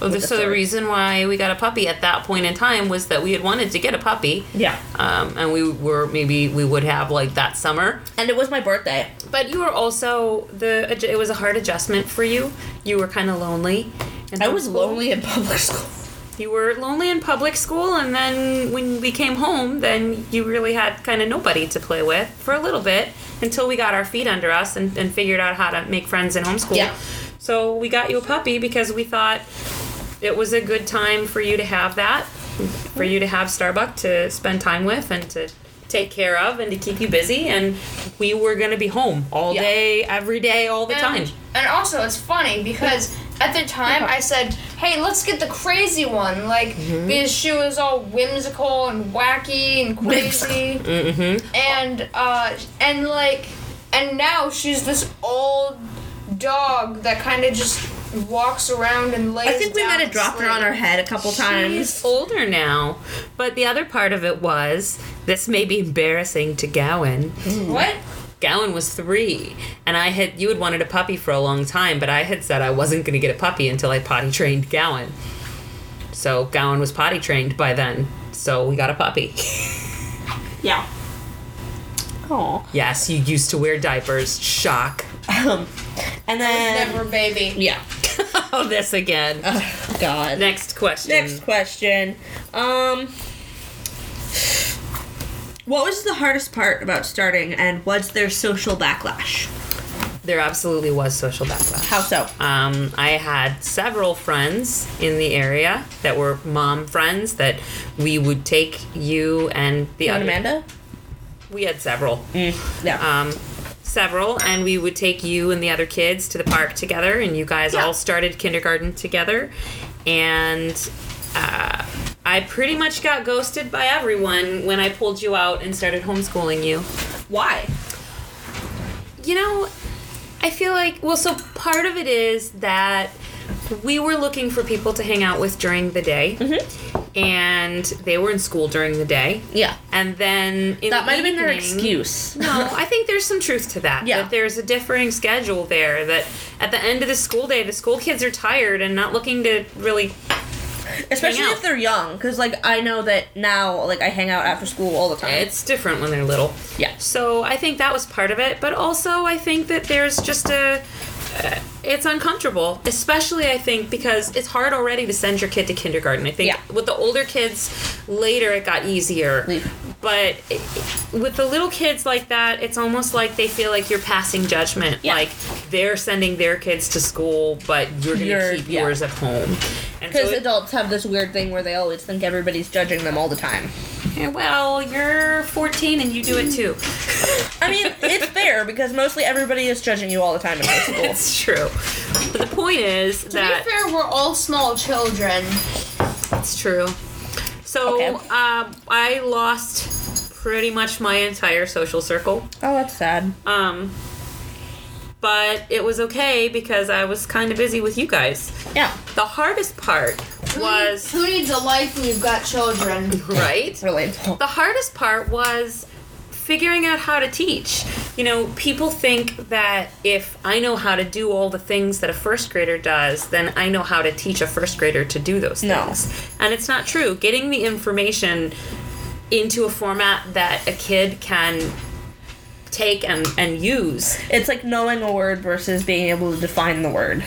[SPEAKER 1] Well, the- so the
[SPEAKER 2] sorry.
[SPEAKER 1] reason why we got a puppy at that point in time was that we had wanted to get a puppy.
[SPEAKER 2] Yeah.
[SPEAKER 1] Um, and we were maybe we would have like that summer,
[SPEAKER 2] And it was my birthday.
[SPEAKER 1] but you were also the adj- it was a hard adjustment for you. You were kind of lonely. in
[SPEAKER 2] I
[SPEAKER 1] high
[SPEAKER 2] was
[SPEAKER 1] school.
[SPEAKER 2] lonely in public school.
[SPEAKER 1] You were lonely in public school, and then when we came home, then you really had kind of nobody to play with for a little bit until we got our feet under us and, and figured out how to make friends in homeschool.
[SPEAKER 2] Yeah.
[SPEAKER 1] So we got you a puppy because we thought it was a good time for you to have that, for you to have Starbuck to spend time with and to take care of and to keep you busy. And we were going to be home all
[SPEAKER 2] Yeah.
[SPEAKER 1] day, every day, all the time.
[SPEAKER 3] and, and also, it's funny because at the time I said, "Hey, let's get the crazy one," like
[SPEAKER 1] Mm-hmm.
[SPEAKER 3] because she was all whimsical and wacky
[SPEAKER 1] [laughs]
[SPEAKER 3] and crazy,
[SPEAKER 1] Mm-hmm.
[SPEAKER 3] and uh, and like, and now she's this old dog that kind of just walks around and lays.
[SPEAKER 2] I think we
[SPEAKER 3] down
[SPEAKER 2] might have
[SPEAKER 3] to
[SPEAKER 2] dropped her
[SPEAKER 3] sleep.
[SPEAKER 2] on our head a couple
[SPEAKER 1] She's
[SPEAKER 2] times.
[SPEAKER 1] older now, but the other part of it was this may be embarrassing to Gowan.
[SPEAKER 3] What?
[SPEAKER 1] Gowan was three, and I had you had wanted a puppy for a long time, but I had said I wasn't going to get a puppy until I potty trained Gowan. So Gowan was potty trained by then, so we got a puppy.
[SPEAKER 2] Yeah. Oh.
[SPEAKER 1] yes, you used to wear diapers. Shock. [laughs]
[SPEAKER 2] Um, and then
[SPEAKER 3] Never, baby.
[SPEAKER 2] yeah.
[SPEAKER 1] oh, this again.
[SPEAKER 2] Oh, [laughs] God.
[SPEAKER 1] Next question.
[SPEAKER 2] Next question. Um, what was the hardest part about starting, and was there social backlash?
[SPEAKER 1] There absolutely was social backlash.
[SPEAKER 2] How so?
[SPEAKER 1] Um, I had several friends in the area that were mom friends that we would take you and the
[SPEAKER 2] You and
[SPEAKER 1] other.
[SPEAKER 2] Amanda?
[SPEAKER 1] We had several,
[SPEAKER 2] Yeah.
[SPEAKER 1] um, several, and we would take you and the other kids to the park together, and you guys
[SPEAKER 2] Yeah.
[SPEAKER 1] all started kindergarten together, and. Uh, I pretty much got ghosted by everyone when I pulled you out and started homeschooling you.
[SPEAKER 2] Why?
[SPEAKER 1] You know, I feel like, well, so part of it is that we were looking for people to hang out with during the day,
[SPEAKER 2] Mm-hmm.
[SPEAKER 1] and they were in school during the day.
[SPEAKER 2] Yeah.
[SPEAKER 1] And then in
[SPEAKER 2] That
[SPEAKER 1] the
[SPEAKER 2] might have been her
[SPEAKER 1] evening-
[SPEAKER 2] excuse.
[SPEAKER 1] no, I think there's some truth to that.
[SPEAKER 2] Yeah.
[SPEAKER 1] That there's a differing schedule there. That at the end of the school day, the school kids are tired and not looking to really.
[SPEAKER 2] Especially
[SPEAKER 1] out.
[SPEAKER 2] if they're young, because, like, I know that now, like, I hang out after school all the time.
[SPEAKER 1] It's different when they're little.
[SPEAKER 2] yeah.
[SPEAKER 1] So I think that was part of it, but also I think that there's just a uh, it's uncomfortable, especially I think because it's hard already to send your kid to kindergarten. I think
[SPEAKER 2] Yeah.
[SPEAKER 1] with the older kids later it got easier.
[SPEAKER 2] Leave.
[SPEAKER 1] But i- with the little kids like that, it's almost like they feel like you're passing judgment.
[SPEAKER 2] Yeah.
[SPEAKER 1] Like they're sending their kids to school, but you're going
[SPEAKER 2] You're-
[SPEAKER 1] to keep
[SPEAKER 2] yeah.
[SPEAKER 1] yours at home. And
[SPEAKER 2] Because
[SPEAKER 1] so it-
[SPEAKER 2] adults have this weird thing where they always think everybody's judging them all the time.
[SPEAKER 1] Yeah, eh, well, you're 14 and you do it
[SPEAKER 2] [laughs]
[SPEAKER 1] too.
[SPEAKER 2] I mean, it's fair because mostly everybody is judging you all the time in high
[SPEAKER 1] [laughs]
[SPEAKER 2] school.
[SPEAKER 1] It's true. But the point is
[SPEAKER 3] To
[SPEAKER 1] that
[SPEAKER 3] be fair, we're all small children.
[SPEAKER 1] It's true. So
[SPEAKER 2] Okay.
[SPEAKER 1] um, I lost pretty much my entire social circle.
[SPEAKER 2] Oh, that's sad.
[SPEAKER 1] Um, but it was okay because I was kind of busy with you guys.
[SPEAKER 2] Yeah.
[SPEAKER 1] The hardest part
[SPEAKER 3] [laughs]
[SPEAKER 1] was
[SPEAKER 3] Who needs a life when you've got children?
[SPEAKER 1] right.
[SPEAKER 2] Relatable.
[SPEAKER 1] The hardest part was figuring out how to teach. You know, people think that if I know how to do all the things that a first grader does, then I know how to teach a first grader to do those
[SPEAKER 2] No.
[SPEAKER 1] things. And it's not true. Getting the information into a format that a kid can take and, and use
[SPEAKER 2] It's like knowing a word versus being able to define the word.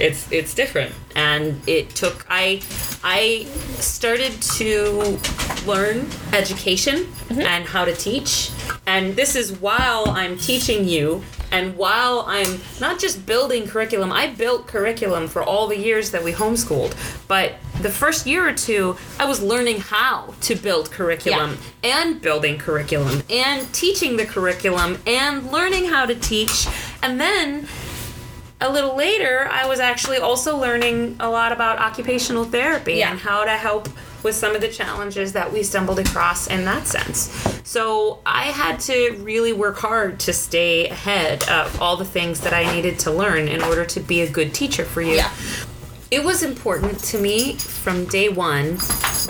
[SPEAKER 1] it's it's different and it took i i started to learn education and how to teach and this is while i'm teaching you and while i'm not just building curriculum i built curriculum for all the years that we homeschooled but the first year or two i was learning how to build curriculum and building curriculum and teaching the curriculum and learning how to teach And then a little later, I was actually also learning a lot about occupational therapy
[SPEAKER 2] Yeah.
[SPEAKER 1] and how to help with some of the challenges that we stumbled across in that sense. So I had to really work hard to stay ahead of all the things that I needed to learn in order to be a good teacher for you.
[SPEAKER 2] Yeah.
[SPEAKER 1] It was important to me from day one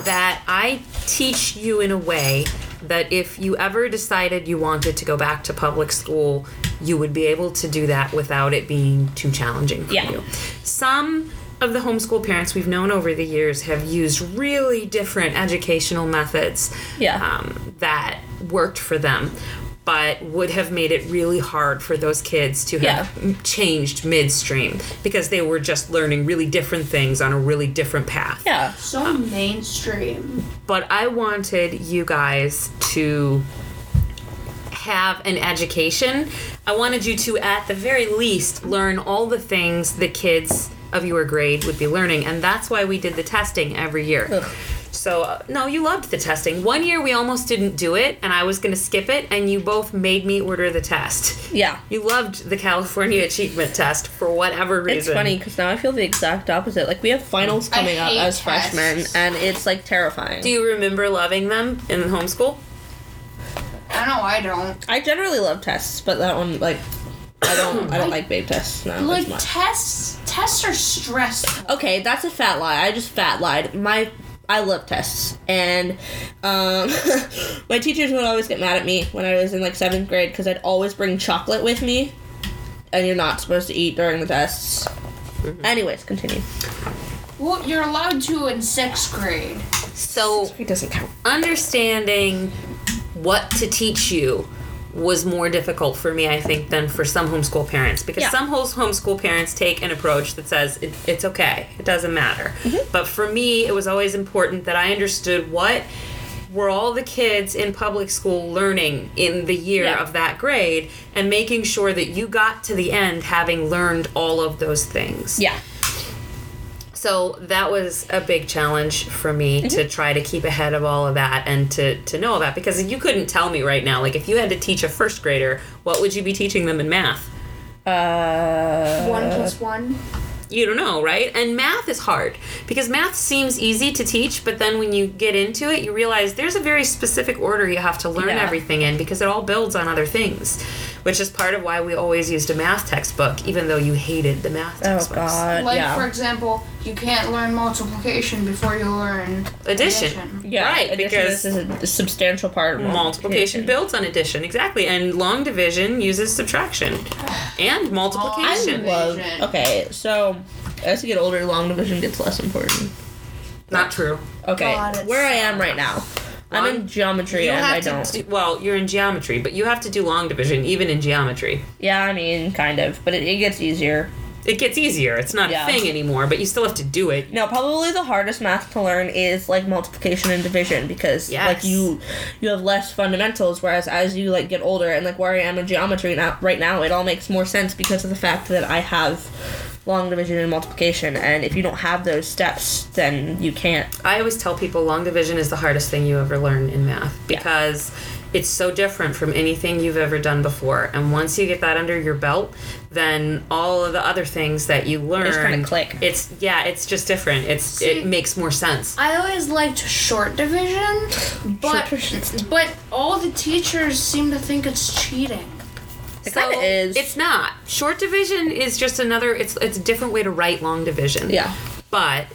[SPEAKER 1] that I teach you in a way that if you ever decided you wanted to go back to public school, you would be able to do that without it being too challenging for
[SPEAKER 2] Yeah.
[SPEAKER 1] you. Some of the homeschool parents we've known over the years have used really different educational methods
[SPEAKER 2] Yeah.
[SPEAKER 1] um, that worked for them. But would have made it really hard for those kids to have
[SPEAKER 2] Yeah.
[SPEAKER 1] m- changed midstream because they were just learning really different things on a really different path
[SPEAKER 2] Yeah.
[SPEAKER 1] Uh.
[SPEAKER 3] So mainstream.
[SPEAKER 1] but I wanted you guys to have an education. I wanted you to, at the very least, learn all the things the kids of your grade would be learning, and that's why we did the testing every year. So, uh, no, you loved the testing. One year we almost didn't do it, and I was going to skip it, and you both made me order the test.
[SPEAKER 2] Yeah.
[SPEAKER 1] You loved the California [laughs] achievement test for whatever reason.
[SPEAKER 2] It's funny because now I feel the exact opposite. Like we have finals
[SPEAKER 3] I
[SPEAKER 2] coming up
[SPEAKER 3] hate
[SPEAKER 2] as freshmen,
[SPEAKER 3] tests.
[SPEAKER 2] and it's like terrifying.
[SPEAKER 1] Do you remember loving them in homeschool?
[SPEAKER 3] I know I don't.
[SPEAKER 2] I generally love tests, but that one like I don't. I don't like babe tests. Not
[SPEAKER 3] Like
[SPEAKER 2] as much.
[SPEAKER 3] tests tests are stressful.
[SPEAKER 2] okay, that's a fat lie. I just fat lied. My I love tests, and um, [laughs] my teachers would always get mad at me when I was in like seventh grade because I'd always bring chocolate with me, and you're not supposed to eat during the tests.
[SPEAKER 1] Mm-hmm.
[SPEAKER 2] Anyways, continue.
[SPEAKER 3] Well, you're allowed to in sixth grade.
[SPEAKER 1] So,
[SPEAKER 2] Oh, It doesn't count.
[SPEAKER 1] understanding what to teach you was more difficult for me, I think, than for some homeschool parents because
[SPEAKER 2] Yeah.
[SPEAKER 1] some home- homeschool parents take an approach that says it, it's okay, it doesn't matter. But for me, it was always important that I understood what were all the kids in public school learning in the year
[SPEAKER 2] Yeah.
[SPEAKER 1] of that grade and making sure that you got to the end having learned all of those things.
[SPEAKER 2] Yeah.
[SPEAKER 1] So that was a big challenge for
[SPEAKER 2] Mm-hmm.
[SPEAKER 1] me to try to keep ahead of all of that and to, to know all that because you couldn't tell me right now, like if you had to teach a first grader, what would you be teaching them in math?
[SPEAKER 2] Uh.
[SPEAKER 3] one plus one.
[SPEAKER 1] You don't know, right? And math is hard because math seems easy to teach, but then when you get into it, you realize there's a very specific order you have to learn
[SPEAKER 2] Yeah.
[SPEAKER 1] everything in because it all builds on other things, which is part of why we always used a math textbook, even though you hated the math
[SPEAKER 2] Oh
[SPEAKER 1] textbooks.
[SPEAKER 2] God.
[SPEAKER 3] Like
[SPEAKER 2] yeah.
[SPEAKER 3] for example, you can't learn multiplication before you learn
[SPEAKER 1] Addition.
[SPEAKER 2] yeah.
[SPEAKER 1] right,
[SPEAKER 2] addition
[SPEAKER 1] because-
[SPEAKER 2] is a substantial part of
[SPEAKER 1] Multiplication builds on addition, exactly. And long division uses subtraction and multiplication.
[SPEAKER 3] I-
[SPEAKER 2] Love.
[SPEAKER 3] Division.
[SPEAKER 2] Okay, so as you get older, long division gets less important.
[SPEAKER 1] Not true.
[SPEAKER 2] Okay,
[SPEAKER 3] God, it's
[SPEAKER 2] where I am right now, I'm in
[SPEAKER 1] Long-
[SPEAKER 2] geometry
[SPEAKER 1] You
[SPEAKER 2] and
[SPEAKER 1] have
[SPEAKER 2] I
[SPEAKER 1] to
[SPEAKER 2] don't.
[SPEAKER 1] do- well, you're in geometry, but you have to do long division even in geometry.
[SPEAKER 2] yeah, I mean, kind of, but it, it gets easier.
[SPEAKER 1] It gets easier. It's not
[SPEAKER 2] Yeah.
[SPEAKER 1] a thing anymore, but you still have to do it.
[SPEAKER 2] No, probably the hardest math to learn is like multiplication and division because
[SPEAKER 1] Yes.
[SPEAKER 2] like you you have less fundamentals. Whereas as you like get older and like where I am in geometry now right now, it all makes more sense because of the fact that I have long division and multiplication. And if you don't have those steps, then you can't.
[SPEAKER 1] I always tell people long division is the hardest thing you ever learn in math
[SPEAKER 2] Yeah.
[SPEAKER 1] because it's so different from anything you've ever done before. And once you get that under your belt, then all of the other things that you learn
[SPEAKER 2] kinda click.
[SPEAKER 1] It's yeah, it's just different. It's
[SPEAKER 3] See-
[SPEAKER 1] it makes more sense.
[SPEAKER 3] I always liked short division, but
[SPEAKER 2] division.
[SPEAKER 3] but all the teachers seem to think it's cheating.
[SPEAKER 2] It kind of is.
[SPEAKER 1] It's not. Short division is just another. It's it's a different way to write long division.
[SPEAKER 2] Yeah.
[SPEAKER 1] But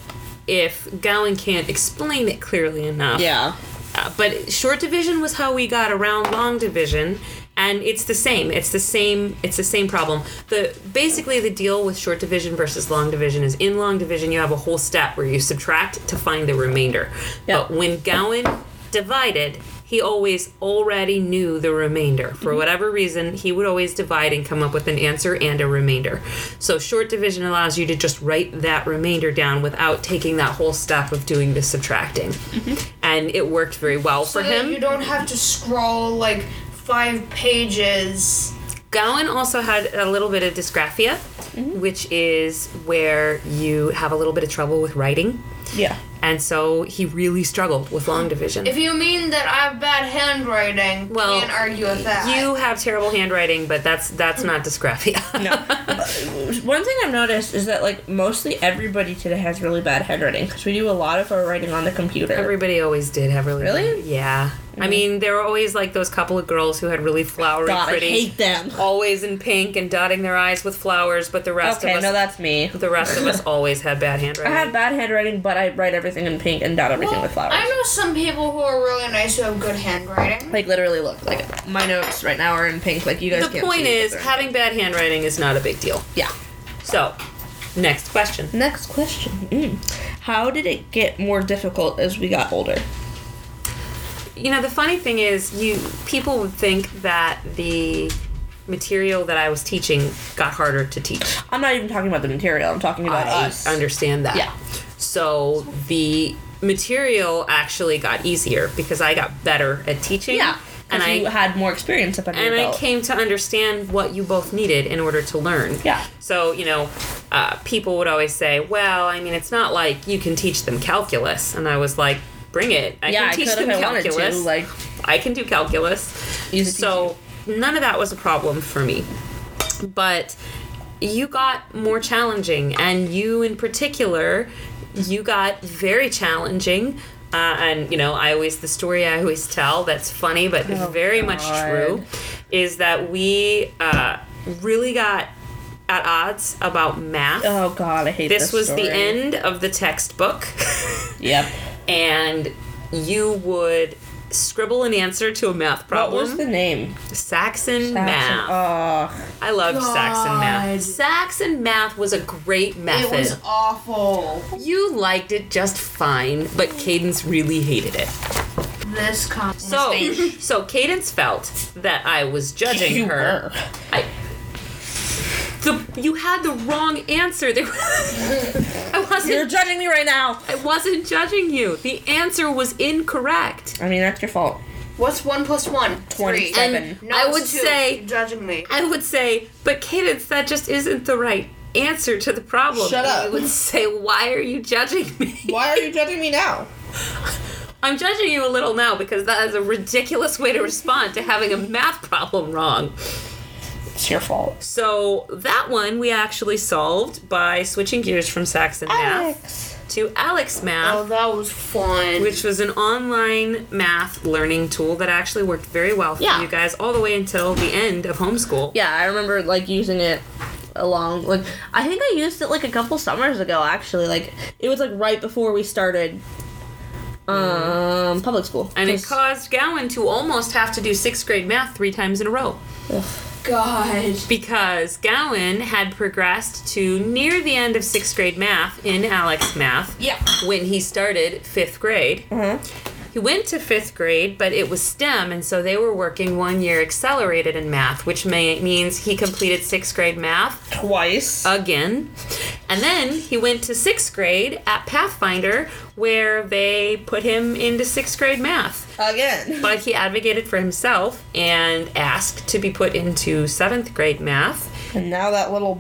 [SPEAKER 1] if Gowan can't explain it clearly enough,
[SPEAKER 2] yeah.
[SPEAKER 1] uh, but short division was how we got around long division and it's the same it's the same it's the same problem the basically the deal with short division versus long division is in long division you have a whole step where you subtract to find the remainder
[SPEAKER 2] Yeah.
[SPEAKER 1] but when gowan divided he always already knew the remainder for whatever reason he would always divide and come up with an answer and a remainder so short division allows you to just write that remainder down without taking that whole step of doing the subtracting and it worked very well
[SPEAKER 3] So
[SPEAKER 1] for
[SPEAKER 3] that
[SPEAKER 1] him.
[SPEAKER 3] you don't have to scroll like five pages.
[SPEAKER 1] Gowan also had a little bit of dysgraphia, which is where you have a little bit of trouble with writing.
[SPEAKER 2] Yeah.
[SPEAKER 1] and so he really struggled with long division.
[SPEAKER 3] If you mean that I have bad handwriting,
[SPEAKER 1] Well,
[SPEAKER 3] well, can't argue with that.
[SPEAKER 1] you have terrible handwriting, but that's that's not dysgraphia.
[SPEAKER 2] No. One thing I've noticed is that like mostly everybody today has really bad handwriting because we do a lot of our writing on the computer.
[SPEAKER 1] [laughs] Everybody always did have really
[SPEAKER 2] Really?
[SPEAKER 1] yeah. I mean, there were always like those couple of girls who had really flowery,
[SPEAKER 2] God, I
[SPEAKER 1] pretty,
[SPEAKER 2] hate them.
[SPEAKER 1] always in pink and dotting their eyes with flowers, but the rest
[SPEAKER 2] Okay,
[SPEAKER 1] of us,
[SPEAKER 2] no, that's me.
[SPEAKER 1] the rest of us always had bad
[SPEAKER 2] I
[SPEAKER 1] handwriting.
[SPEAKER 2] have bad handwriting, but I write everything in pink and dot everything
[SPEAKER 3] Well,
[SPEAKER 2] with flowers.
[SPEAKER 3] I know some people who are really nice who have good handwriting.
[SPEAKER 2] like literally, look like my notes right now are in pink. Like you guys.
[SPEAKER 1] the
[SPEAKER 2] can't
[SPEAKER 1] point
[SPEAKER 2] see it,
[SPEAKER 1] is,
[SPEAKER 2] but they're-
[SPEAKER 1] having bad handwriting is not a big deal.
[SPEAKER 2] yeah.
[SPEAKER 1] So, next question.
[SPEAKER 2] Next question. Mm. How did it get more difficult as we got older?
[SPEAKER 1] you know the funny thing is you people would think that the material that i was teaching got harder to teach
[SPEAKER 2] I'm not even talking about the material. I'm talking about
[SPEAKER 1] i
[SPEAKER 2] us.
[SPEAKER 1] understand that
[SPEAKER 2] Yeah.
[SPEAKER 1] so the material actually got easier because i got better at teaching
[SPEAKER 2] yeah.
[SPEAKER 1] and
[SPEAKER 2] And
[SPEAKER 1] i
[SPEAKER 2] you had more experience up under
[SPEAKER 1] and
[SPEAKER 2] your
[SPEAKER 1] I
[SPEAKER 2] belt.
[SPEAKER 1] came to understand what you both needed in order to learn.
[SPEAKER 2] Yeah.
[SPEAKER 1] So you know, uh, people would always say, "Well, I mean, it's not like you can teach them calculus," and I was like, "Bring it! I
[SPEAKER 2] yeah,
[SPEAKER 1] can teach
[SPEAKER 2] I could
[SPEAKER 1] them
[SPEAKER 2] if I
[SPEAKER 1] calculus.
[SPEAKER 2] wanted to. Like
[SPEAKER 1] I can do calculus.
[SPEAKER 2] Easy peasy.
[SPEAKER 1] So none of that was a problem for me. But you got more challenging, and you in particular, you got very challenging. Uh, and you know, I always the story I always tell that's funny but very much
[SPEAKER 2] Oh, God.
[SPEAKER 1] true is that we uh, really got at odds about math.
[SPEAKER 2] oh god, I hate this.
[SPEAKER 1] this was the
[SPEAKER 2] story.
[SPEAKER 1] end of the textbook. [laughs]
[SPEAKER 2] Yep.
[SPEAKER 1] and you would scribble an answer to a math
[SPEAKER 2] What
[SPEAKER 1] problem.
[SPEAKER 2] was the name?
[SPEAKER 1] Saxon, math.
[SPEAKER 2] Math.
[SPEAKER 1] I loved Saxon math.
[SPEAKER 3] God.
[SPEAKER 1] Saxon math was a great
[SPEAKER 3] It
[SPEAKER 1] method.
[SPEAKER 3] was awful.
[SPEAKER 1] you liked it just fine, but Cadence really hated it.
[SPEAKER 3] This comes.
[SPEAKER 1] So, so Cadence felt that I was judging
[SPEAKER 2] you
[SPEAKER 1] her.
[SPEAKER 2] were.
[SPEAKER 1] I, the, you had the wrong answer. There, [laughs] I
[SPEAKER 2] You're
[SPEAKER 1] wasn't.
[SPEAKER 2] judging me right now.
[SPEAKER 1] I wasn't judging you. The answer was incorrect.
[SPEAKER 2] I mean, that's your fault.
[SPEAKER 3] What's one plus one?
[SPEAKER 2] Twenty
[SPEAKER 3] Three.
[SPEAKER 2] seven.
[SPEAKER 1] I would say-
[SPEAKER 3] You're judging me.
[SPEAKER 1] I would say, but Cadence, that just isn't the right answer to the problem.
[SPEAKER 2] Shut up.
[SPEAKER 1] You would say, why are you judging me?
[SPEAKER 2] Why are you judging me now?
[SPEAKER 1] [laughs] I'm judging you a little now because that is a ridiculous way to respond to having a math problem wrong.
[SPEAKER 2] It's your fault.
[SPEAKER 1] So that one we actually solved by switching gears from Saxon
[SPEAKER 2] Alex. Oh.
[SPEAKER 1] Math to Alex Math.
[SPEAKER 3] Oh, that was fun.
[SPEAKER 1] which was an online math learning tool that actually worked very well for
[SPEAKER 2] Yeah.
[SPEAKER 1] you guys all the way until the end of homeschool.
[SPEAKER 2] Yeah, I remember like using it along like I think I used it like a couple summers ago actually. Like it was like right before we started um public school.
[SPEAKER 1] And it
[SPEAKER 2] 'Cause-
[SPEAKER 1] caused Gowan to almost have to do sixth grade math three times in a row
[SPEAKER 3] God.
[SPEAKER 1] because Gowan had progressed to near the end of sixth grade math in Alex math
[SPEAKER 2] Yeah.
[SPEAKER 1] when he started fifth grade.
[SPEAKER 2] Uh-huh.
[SPEAKER 1] He went to fifth grade, but it was STEM, and so they were working one year accelerated in math, which may, means he completed sixth grade math
[SPEAKER 2] Twice.
[SPEAKER 1] again. And then he went to sixth grade at Pathfinder, where they put him into sixth grade math.
[SPEAKER 2] Again.
[SPEAKER 1] But he advocated for himself and asked to be put into seventh grade math.
[SPEAKER 2] And now that little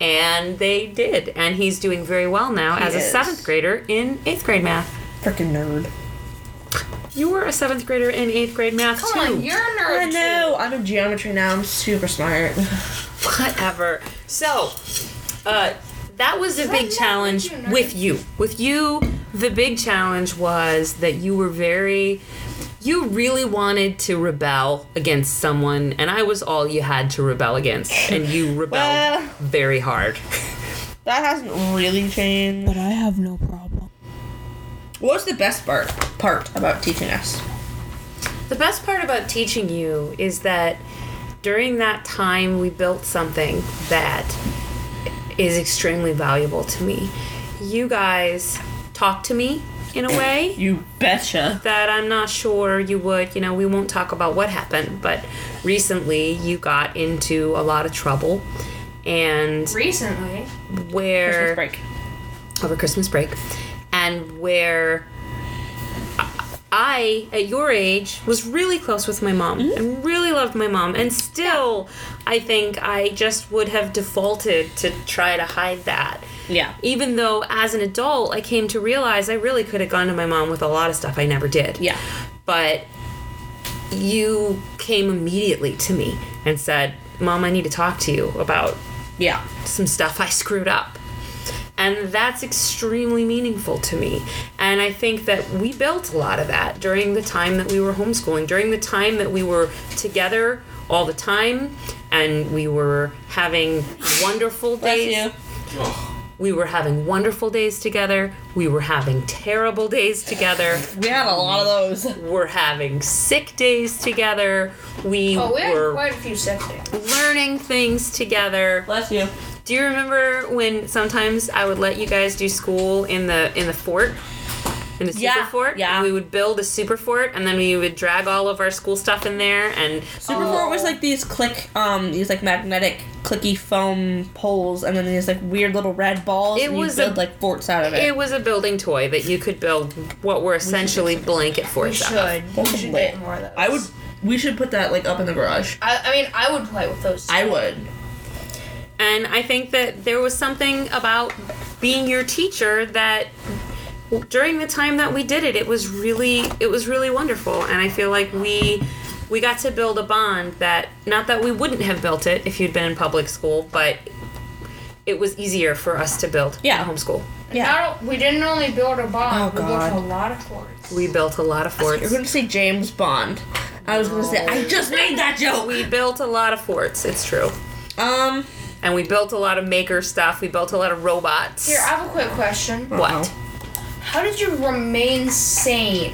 [SPEAKER 1] And they did. And he's doing very well now as a
[SPEAKER 2] is.
[SPEAKER 1] seventh grader in eighth grade math.
[SPEAKER 2] freaking nerd.
[SPEAKER 1] You were a seventh grader in eighth grade math
[SPEAKER 3] Come
[SPEAKER 1] too.
[SPEAKER 3] on, you're a nerd.
[SPEAKER 2] I know. I'm in geometry now. I'm super smart. [laughs]
[SPEAKER 1] whatever. So, uh, that was a big
[SPEAKER 3] not
[SPEAKER 1] challenge
[SPEAKER 3] what you know.
[SPEAKER 1] with you. With you, the big challenge was that you were very, you really wanted to rebel against someone, and I was all you had to rebel against, and [laughs] you rebelled
[SPEAKER 2] Well-
[SPEAKER 1] very hard.
[SPEAKER 2] That hasn't really changed.
[SPEAKER 5] But I have no problem.
[SPEAKER 2] What was the best part part about teaching us?
[SPEAKER 1] The best part about teaching you is that during that time we built something that is extremely valuable to me. You guys talk to me in a way
[SPEAKER 2] You betcha.
[SPEAKER 1] that I'm not sure you would. You know, we won't talk about what happened, but recently you got into a lot of trouble and
[SPEAKER 3] Recently,
[SPEAKER 1] where
[SPEAKER 2] Christmas break.
[SPEAKER 1] over Christmas break and where I- I, at your age, was really close with my mom
[SPEAKER 2] Mm-hmm.
[SPEAKER 1] and really loved my mom. And still, I think I just would have defaulted to try to hide that.
[SPEAKER 2] Yeah.
[SPEAKER 1] Even though, as an adult, I came to realize I really could have gone to my mom with a lot of stuff I never did.
[SPEAKER 2] Yeah.
[SPEAKER 1] But you came immediately to me and said, Mom, I need to talk to you about
[SPEAKER 2] Yeah.
[SPEAKER 1] some stuff I screwed up. And that's extremely meaningful to me. And I think that we built a lot of that during the time that we were homeschooling, during the time that we were together all the time and we were having wonderful days.
[SPEAKER 2] you.
[SPEAKER 1] We were having wonderful days together. We were having terrible days together.
[SPEAKER 2] We had a lot of those.
[SPEAKER 1] We're having sick days together. We
[SPEAKER 3] Oh, we had
[SPEAKER 1] were
[SPEAKER 3] quite a few sex days.
[SPEAKER 1] learning things together.
[SPEAKER 2] Bless you.
[SPEAKER 1] Do you remember when sometimes I would let you guys do school in the in the fort? In the super
[SPEAKER 2] Yeah,
[SPEAKER 1] fort?
[SPEAKER 2] yeah.
[SPEAKER 1] And we would build a super fort and then we would drag all of our school stuff in there and
[SPEAKER 2] Super
[SPEAKER 3] Oh.
[SPEAKER 2] Four was like these click, um, these like magnetic clicky foam poles, and then these like weird little red balls.
[SPEAKER 1] It
[SPEAKER 2] and
[SPEAKER 1] was
[SPEAKER 2] you
[SPEAKER 1] a-
[SPEAKER 2] build like forts out of
[SPEAKER 1] it
[SPEAKER 2] it.
[SPEAKER 1] was a building toy that you could build what were essentially blanket
[SPEAKER 3] Oh, We
[SPEAKER 1] forts out of.
[SPEAKER 3] should. We should
[SPEAKER 2] lit.
[SPEAKER 3] get more of those.
[SPEAKER 2] I would. We should put that like up in the garage.
[SPEAKER 3] I, I mean, I would play with those.
[SPEAKER 2] I would.
[SPEAKER 1] And I think that there was something about being your teacher that during the time that we did it, it was really it was really wonderful. And I feel like we we got to build a bond that not that we wouldn't have built it if you'd been in public school, but it was easier for us to build
[SPEAKER 2] Yeah.
[SPEAKER 1] in homeschool.
[SPEAKER 2] Yeah.
[SPEAKER 3] Not, we didn't only build a bond,
[SPEAKER 2] Oh, God.
[SPEAKER 3] we built a lot of forts.
[SPEAKER 1] We built a lot of
[SPEAKER 2] You're
[SPEAKER 1] forts.
[SPEAKER 2] gonna say James Bond. I was gonna say I just made that joke.
[SPEAKER 1] We built a lot of forts, it's true.
[SPEAKER 2] Um.
[SPEAKER 1] And we built a lot of maker stuff. We built a lot of robots.
[SPEAKER 3] Here, I have a quick question.
[SPEAKER 1] what?
[SPEAKER 2] Uh-oh.
[SPEAKER 3] How did you remain sane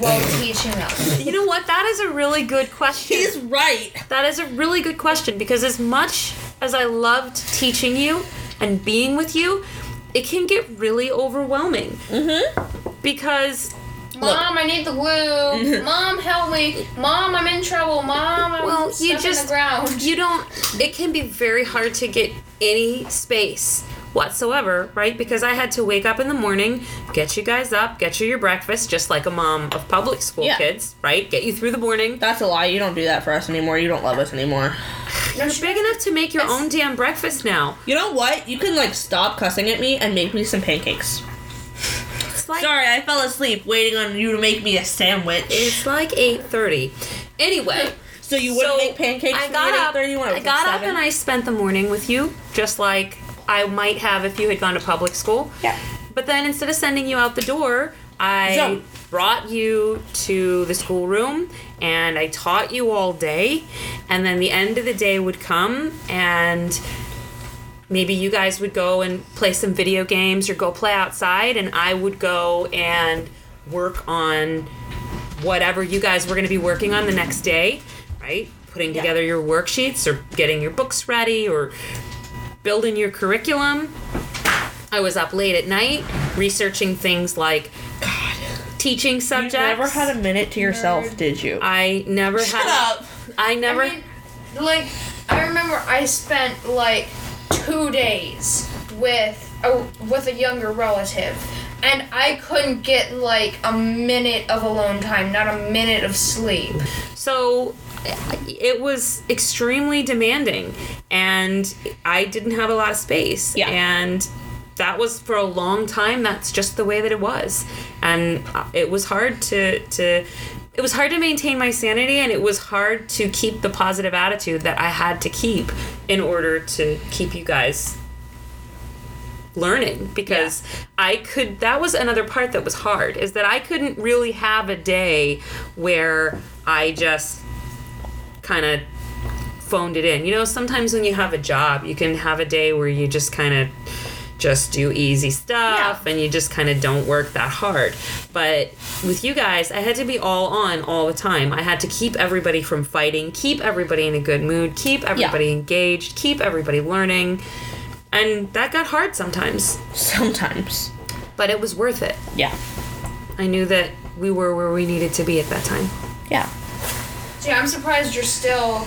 [SPEAKER 3] while teaching us?
[SPEAKER 1] You know what? That is a really good question.
[SPEAKER 2] He's right.
[SPEAKER 1] That is a really good question because as much as I loved teaching you and being with you, it can get really overwhelming. Mm-hmm. Because
[SPEAKER 3] Mom, I need
[SPEAKER 1] [laughs]
[SPEAKER 3] the woo. Mom, help me. Mom, I'm in trouble. Mom, I'm
[SPEAKER 1] Well,
[SPEAKER 3] stuck
[SPEAKER 1] you
[SPEAKER 3] in
[SPEAKER 1] just-
[SPEAKER 3] the ground.
[SPEAKER 1] you don't it can be very hard to get any space whatsoever, right? Because I had to wake up in the morning, get you guys up, get you your breakfast, just like a mom of public school
[SPEAKER 2] Yeah.
[SPEAKER 1] kids, right? Get you through the morning.
[SPEAKER 2] That's a lie. You don't do that for us anymore. You don't love us anymore.
[SPEAKER 1] [laughs] You're big enough to make your own damn breakfast now.
[SPEAKER 2] You know what? You can like stop cussing at me and make me some pancakes.
[SPEAKER 1] It's like
[SPEAKER 2] Sorry, I fell asleep waiting on you to make me a sandwich.
[SPEAKER 1] it's like 8:30. Anyway,
[SPEAKER 2] So you wouldn't make pancakes.
[SPEAKER 1] I
[SPEAKER 2] for me
[SPEAKER 1] got
[SPEAKER 2] at
[SPEAKER 1] up.
[SPEAKER 2] 8:30 when it
[SPEAKER 1] I
[SPEAKER 2] was
[SPEAKER 1] got
[SPEAKER 2] like
[SPEAKER 1] up and
[SPEAKER 2] seven?
[SPEAKER 1] I spent the morning with you, just like I might have if you had gone to public school.
[SPEAKER 2] Yeah.
[SPEAKER 1] But then instead of sending you out the door, I
[SPEAKER 2] So-
[SPEAKER 1] brought you to the schoolroom and I taught you all day. And then the end of the day would come and maybe you guys would go and play some video games or go play outside and I would go and work on whatever you guys were going to be working on the next day, right? Putting together your worksheets or getting your books ready or building your curriculum. I was up late at night researching things like teaching
[SPEAKER 2] You
[SPEAKER 1] subjects.
[SPEAKER 2] never had a minute to yourself, did you?
[SPEAKER 1] I never
[SPEAKER 2] Shut
[SPEAKER 1] had.
[SPEAKER 2] up.
[SPEAKER 1] I never.
[SPEAKER 3] I mean, like, I remember I spent like two days with a, with a younger relative, and I couldn't get like a minute of alone time, not a minute of sleep.
[SPEAKER 1] So I- it was extremely demanding, and I didn't have a lot of space.
[SPEAKER 2] Yeah.
[SPEAKER 1] And that was for a long time. That's just the way that it was, and uh, it was hard to to. It was hard to maintain my sanity, and it was hard to keep the positive attitude that I had to keep in order to keep you guys learning because I could that was another part that was hard is that I couldn't really have a day where I just kind of phoned it in. You know, sometimes when you have a job, you can have a day where you just kind of just do easy stuff and you just kind of don't work that hard. But with you guys, I had to be all on all the time. I had to keep everybody from fighting, keep everybody in a good mood, keep everybody engaged, keep everybody learning. And that got hard sometimes,
[SPEAKER 2] Sometimes.
[SPEAKER 1] but it was worth it.
[SPEAKER 2] Yeah.
[SPEAKER 1] I knew that we were where we needed to be at that time.
[SPEAKER 2] Yeah.
[SPEAKER 3] See, I'm surprised you're still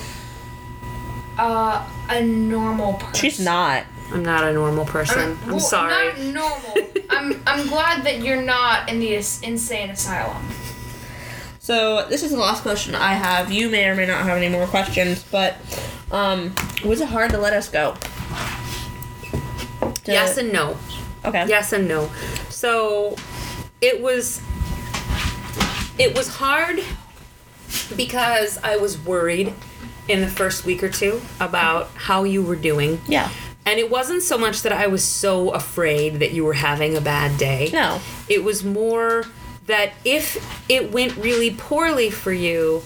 [SPEAKER 3] uh, a normal person.
[SPEAKER 2] She's not.
[SPEAKER 1] I'm not a normal person. I'm
[SPEAKER 3] well,
[SPEAKER 1] sorry.
[SPEAKER 3] Not normal. I'm I'm glad that you're not in the as- insane asylum.
[SPEAKER 2] So this is the last question I have. You may or may not have any more questions, but um, was it hard to let us go? To-
[SPEAKER 1] yes and no.
[SPEAKER 2] okay.
[SPEAKER 1] Yes and no. So it was it was hard because I was worried in the first week or two about how you were doing.
[SPEAKER 2] Yeah.
[SPEAKER 1] And it wasn't so much that I was so afraid that you were having a bad day.
[SPEAKER 2] No.
[SPEAKER 1] It was more that if it went really poorly for you,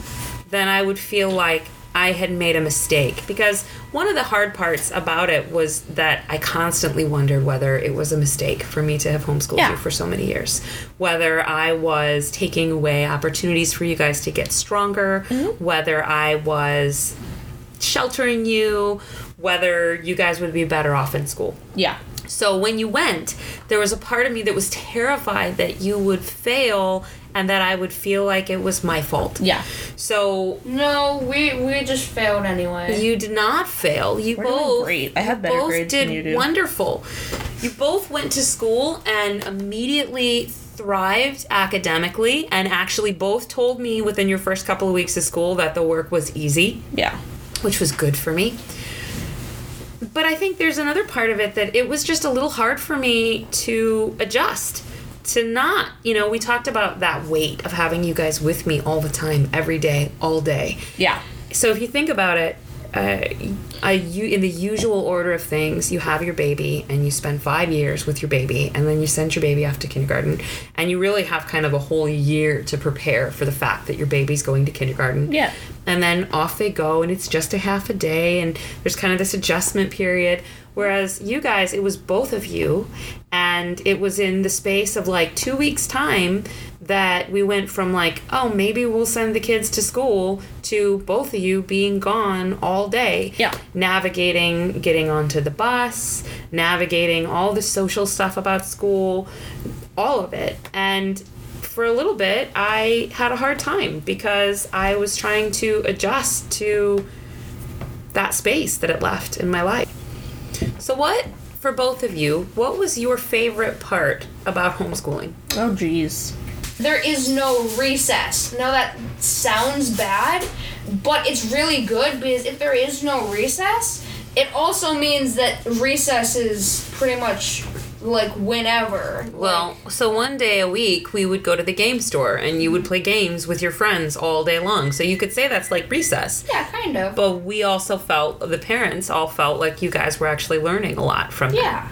[SPEAKER 1] then I would feel like I had made a mistake. Because one of the hard parts about it was that I constantly wondered whether it was a mistake for me to have homeschooled
[SPEAKER 2] Yeah.
[SPEAKER 1] you for so many years, whether I was taking away opportunities for you guys to get stronger, whether I was sheltering you, whether you guys would be better off in school.
[SPEAKER 2] Yeah.
[SPEAKER 1] So when you went, there was a part of me that was terrified that you would fail and that I would feel like it was my fault.
[SPEAKER 2] Yeah.
[SPEAKER 1] So
[SPEAKER 3] No, we we just failed anyway.
[SPEAKER 1] you did not fail. You
[SPEAKER 2] We're doing
[SPEAKER 1] both
[SPEAKER 2] great. I have
[SPEAKER 1] you
[SPEAKER 2] better
[SPEAKER 1] both
[SPEAKER 2] grades
[SPEAKER 1] did
[SPEAKER 2] than you do.
[SPEAKER 1] Wonderful. You both went to school and immediately thrived academically and actually both told me within your first couple of weeks of school that the work was easy.
[SPEAKER 2] Yeah.
[SPEAKER 1] which was good for me. But I think there's another part of it that it was just a little hard for me to adjust to not, you know, we talked about that weight of having you guys with me all the time, every day, all day.
[SPEAKER 2] Yeah.
[SPEAKER 1] So if you think about it, uh, I, you, in the usual order of things, you have your baby and you spend five years with your baby, and then you send your baby off to kindergarten, and you really have kind of a whole year to prepare for the fact that your baby's going to kindergarten.
[SPEAKER 2] Yeah.
[SPEAKER 1] And then off they go, and it's just a half a day, and there's kind of this adjustment period. Whereas you guys, it was both of you, and it was in the space of like two weeks' time that we went from like, oh, maybe we'll send the kids to school to both of you being gone all day.
[SPEAKER 2] Yeah.
[SPEAKER 1] Navigating getting onto the bus, navigating all the social stuff about school, all of it. And for a little bit, I had a hard time because I was trying to adjust to that space that it left in my life. So, what, for both of you, what was your favorite part about homeschooling?
[SPEAKER 2] Oh jeez.
[SPEAKER 3] There is no recess. Now that sounds bad, but it's really good because if there is no recess, it also means that recess is pretty much like whenever.
[SPEAKER 1] Well, so one day a week we would go to the game store and you would play games with your friends all day long. So you could say that's like recess.
[SPEAKER 3] yeah, kind of.
[SPEAKER 1] But we also felt, the parents all felt like you guys were actually learning a lot from that.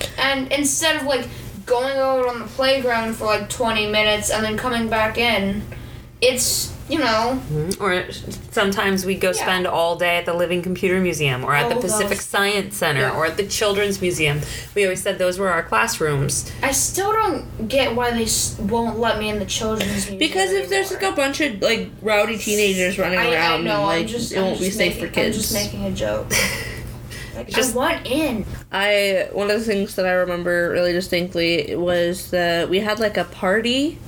[SPEAKER 3] Yeah. And instead of like going out on the playground for like 20 minutes and then coming back in, it's, you know,
[SPEAKER 1] Or sometimes we go
[SPEAKER 3] Yeah.
[SPEAKER 1] spend all day at the Living Computer Museum or at the
[SPEAKER 3] Oh,
[SPEAKER 1] Pacific
[SPEAKER 3] those.
[SPEAKER 1] Science Center
[SPEAKER 3] Yeah.
[SPEAKER 1] or at the Children's Museum. We always said those were our classrooms.
[SPEAKER 3] I still don't get why they s- won't let me in the children's museum.
[SPEAKER 2] Because if there's like
[SPEAKER 3] anymore.
[SPEAKER 2] a bunch of like rowdy teenagers running
[SPEAKER 3] I,
[SPEAKER 2] around,
[SPEAKER 3] I know,
[SPEAKER 2] like
[SPEAKER 3] I'm just,
[SPEAKER 2] it
[SPEAKER 3] I'm
[SPEAKER 2] won't be
[SPEAKER 3] just
[SPEAKER 2] safe
[SPEAKER 3] making,
[SPEAKER 2] for kids.
[SPEAKER 3] I'm just making
[SPEAKER 2] [laughs]
[SPEAKER 3] a joke. Like,
[SPEAKER 1] Just-
[SPEAKER 3] I want in.
[SPEAKER 2] I one of the things that I remember really distinctly was that we had like a party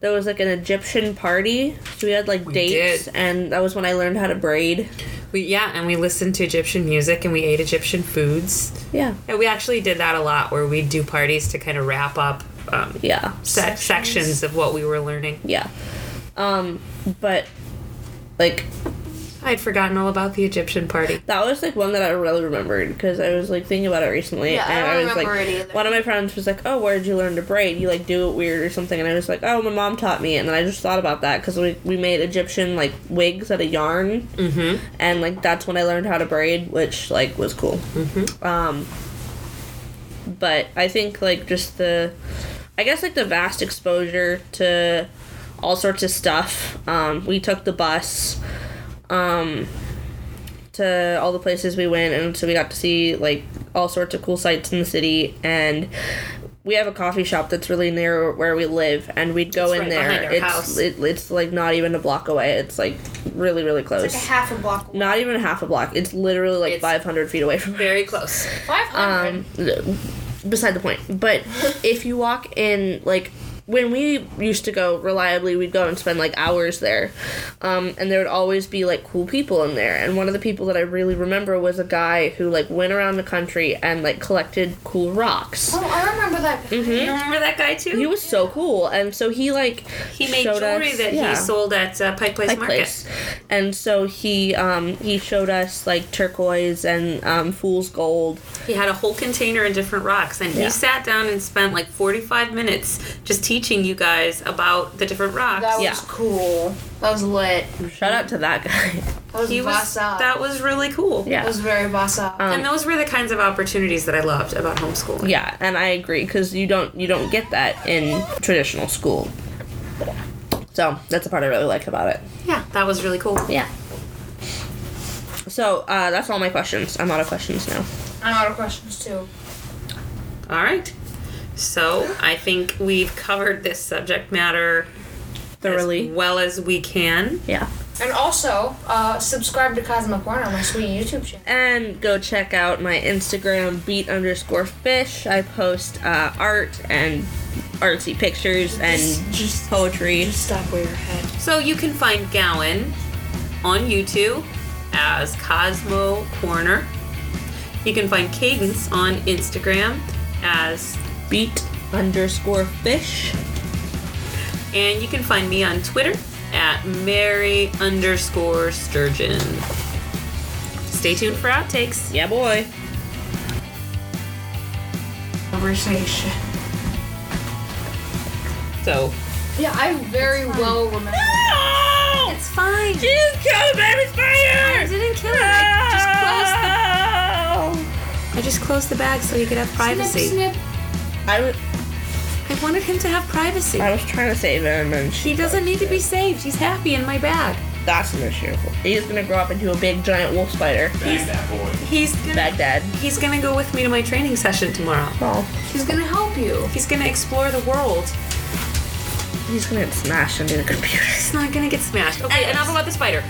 [SPEAKER 2] that was like an Egyptian party. So we had like
[SPEAKER 1] We
[SPEAKER 2] dates
[SPEAKER 1] did.
[SPEAKER 2] and that was when I learned how to braid.
[SPEAKER 1] We, yeah, and we listened to Egyptian music and we ate Egyptian foods.
[SPEAKER 2] Yeah.
[SPEAKER 1] And we actually did that a lot where we'd do parties to kind of wrap up um,
[SPEAKER 2] Yeah.
[SPEAKER 1] se- sections of what we were learning.
[SPEAKER 2] Yeah. Um but like
[SPEAKER 1] I'd forgotten all about the Egyptian party.
[SPEAKER 2] that was like one that I really remembered because I was like thinking about it recently
[SPEAKER 3] Yeah, I
[SPEAKER 2] and
[SPEAKER 3] don't
[SPEAKER 2] was like
[SPEAKER 3] remember it either.
[SPEAKER 2] one of my friends was like, "Oh, where did you learn to braid? You like do it weird or something?" And I was like, "Oh, my mom taught me." And then I just thought about that because we we made Egyptian like wigs out of yarn.
[SPEAKER 1] Mm-hmm.
[SPEAKER 2] and like that's when I learned how to braid, which like was cool.
[SPEAKER 1] Mm-hmm.
[SPEAKER 2] Um, but I think like just the, I guess like the vast exposure to all sorts of stuff. Um, we took the bus, um, to all the places we went, and so we got to see like all sorts of cool sights in the city and. We have a coffee shop that's really near where we live, and we'd go
[SPEAKER 1] It's
[SPEAKER 2] in
[SPEAKER 1] right behind
[SPEAKER 2] there.
[SPEAKER 1] our
[SPEAKER 2] It's
[SPEAKER 1] house.
[SPEAKER 2] it, it's like not even a block away. It's like really really close
[SPEAKER 3] It's like a half a block away.
[SPEAKER 2] not even a half a block. It's literally like
[SPEAKER 1] It's-
[SPEAKER 2] 500 feet away from her.
[SPEAKER 1] Very close.
[SPEAKER 3] 500.
[SPEAKER 2] Um, beside the point.
[SPEAKER 1] [laughs]
[SPEAKER 2] But if you walk in, like, when we used to go reliably, we'd go and spend like hours there. Um, and there would always be like cool people in there. And one of the people that I really remember was a guy who like went around the country and like collected cool rocks.
[SPEAKER 3] oh, I remember remember that.
[SPEAKER 2] Mm-hmm.
[SPEAKER 1] You remember that guy too?
[SPEAKER 2] He was so cool, and so he like
[SPEAKER 1] He made
[SPEAKER 2] showed
[SPEAKER 1] jewelry
[SPEAKER 2] us-
[SPEAKER 1] that
[SPEAKER 2] yeah.
[SPEAKER 1] he sold at uh, Pike Place
[SPEAKER 2] like
[SPEAKER 1] Market.
[SPEAKER 2] place. And so he um he showed us like turquoise and um fool's gold.
[SPEAKER 1] He had a whole container of different rocks, and
[SPEAKER 2] Yeah.
[SPEAKER 1] he sat down and spent like 45 minutes just teaching you guys about the different rocks.
[SPEAKER 3] That was
[SPEAKER 2] Yeah.
[SPEAKER 3] cool. That was lit.
[SPEAKER 2] Shout out to that guy.
[SPEAKER 3] That was
[SPEAKER 1] he was,
[SPEAKER 3] boss up.
[SPEAKER 1] that was really cool.
[SPEAKER 2] yeah.
[SPEAKER 3] That was very boss up.
[SPEAKER 2] Um,
[SPEAKER 1] And those were the kinds of opportunities that I loved about homeschooling.
[SPEAKER 2] yeah, and I agree cuz you don't you don't get that in traditional school. So, that's the part I really like about it.
[SPEAKER 1] Yeah, that was really cool.
[SPEAKER 2] Yeah. So, uh, that's all my questions. I'm out of questions now.
[SPEAKER 3] I'm out of questions too.
[SPEAKER 1] All right. So I think we've covered this subject matter
[SPEAKER 2] Thoroughly.
[SPEAKER 1] as well as we can.
[SPEAKER 2] Yeah.
[SPEAKER 3] And also, uh, subscribe to Cosmic Corner on my sweet YouTube channel.
[SPEAKER 2] And go check out my Instagram, beat underscore fish. I post uh, art and artsy pictures and
[SPEAKER 3] just-
[SPEAKER 2] poetry.
[SPEAKER 3] Stop where your head.
[SPEAKER 1] So you can find Gowan on YouTube as Cosmo Corner. You can find Cadence on Instagram as,
[SPEAKER 2] beat underscore fish.
[SPEAKER 1] and you can find me on Twitter at Mary underscore Sturgeon. Stay tuned for outtakes.
[SPEAKER 2] Yeah, boy.
[SPEAKER 3] Conversation.
[SPEAKER 1] So
[SPEAKER 3] Yeah, I very well remember.
[SPEAKER 1] it's fine.
[SPEAKER 2] She just killed a baby
[SPEAKER 1] I
[SPEAKER 2] spider!
[SPEAKER 1] didn't kill it. I just closed the I just closed the bag so he could have privacy.
[SPEAKER 3] Snip, snip.
[SPEAKER 2] I was,
[SPEAKER 1] I wanted him to have privacy.
[SPEAKER 2] I was trying to save him, and she,
[SPEAKER 1] He doesn't need to be saved. He's happy in my bag.
[SPEAKER 2] that's an issue. He's gonna grow up into a big giant wolf spider.
[SPEAKER 4] Bag that boy.
[SPEAKER 1] He's gonna
[SPEAKER 2] Baghdad.
[SPEAKER 1] He's gonna go with me to my training session tomorrow.
[SPEAKER 2] Oh,
[SPEAKER 3] He's gonna help you.
[SPEAKER 1] He's gonna explore the world.
[SPEAKER 2] he's gonna get smashed into the computer.
[SPEAKER 1] He's not gonna get smashed. Okay, enough about the spider.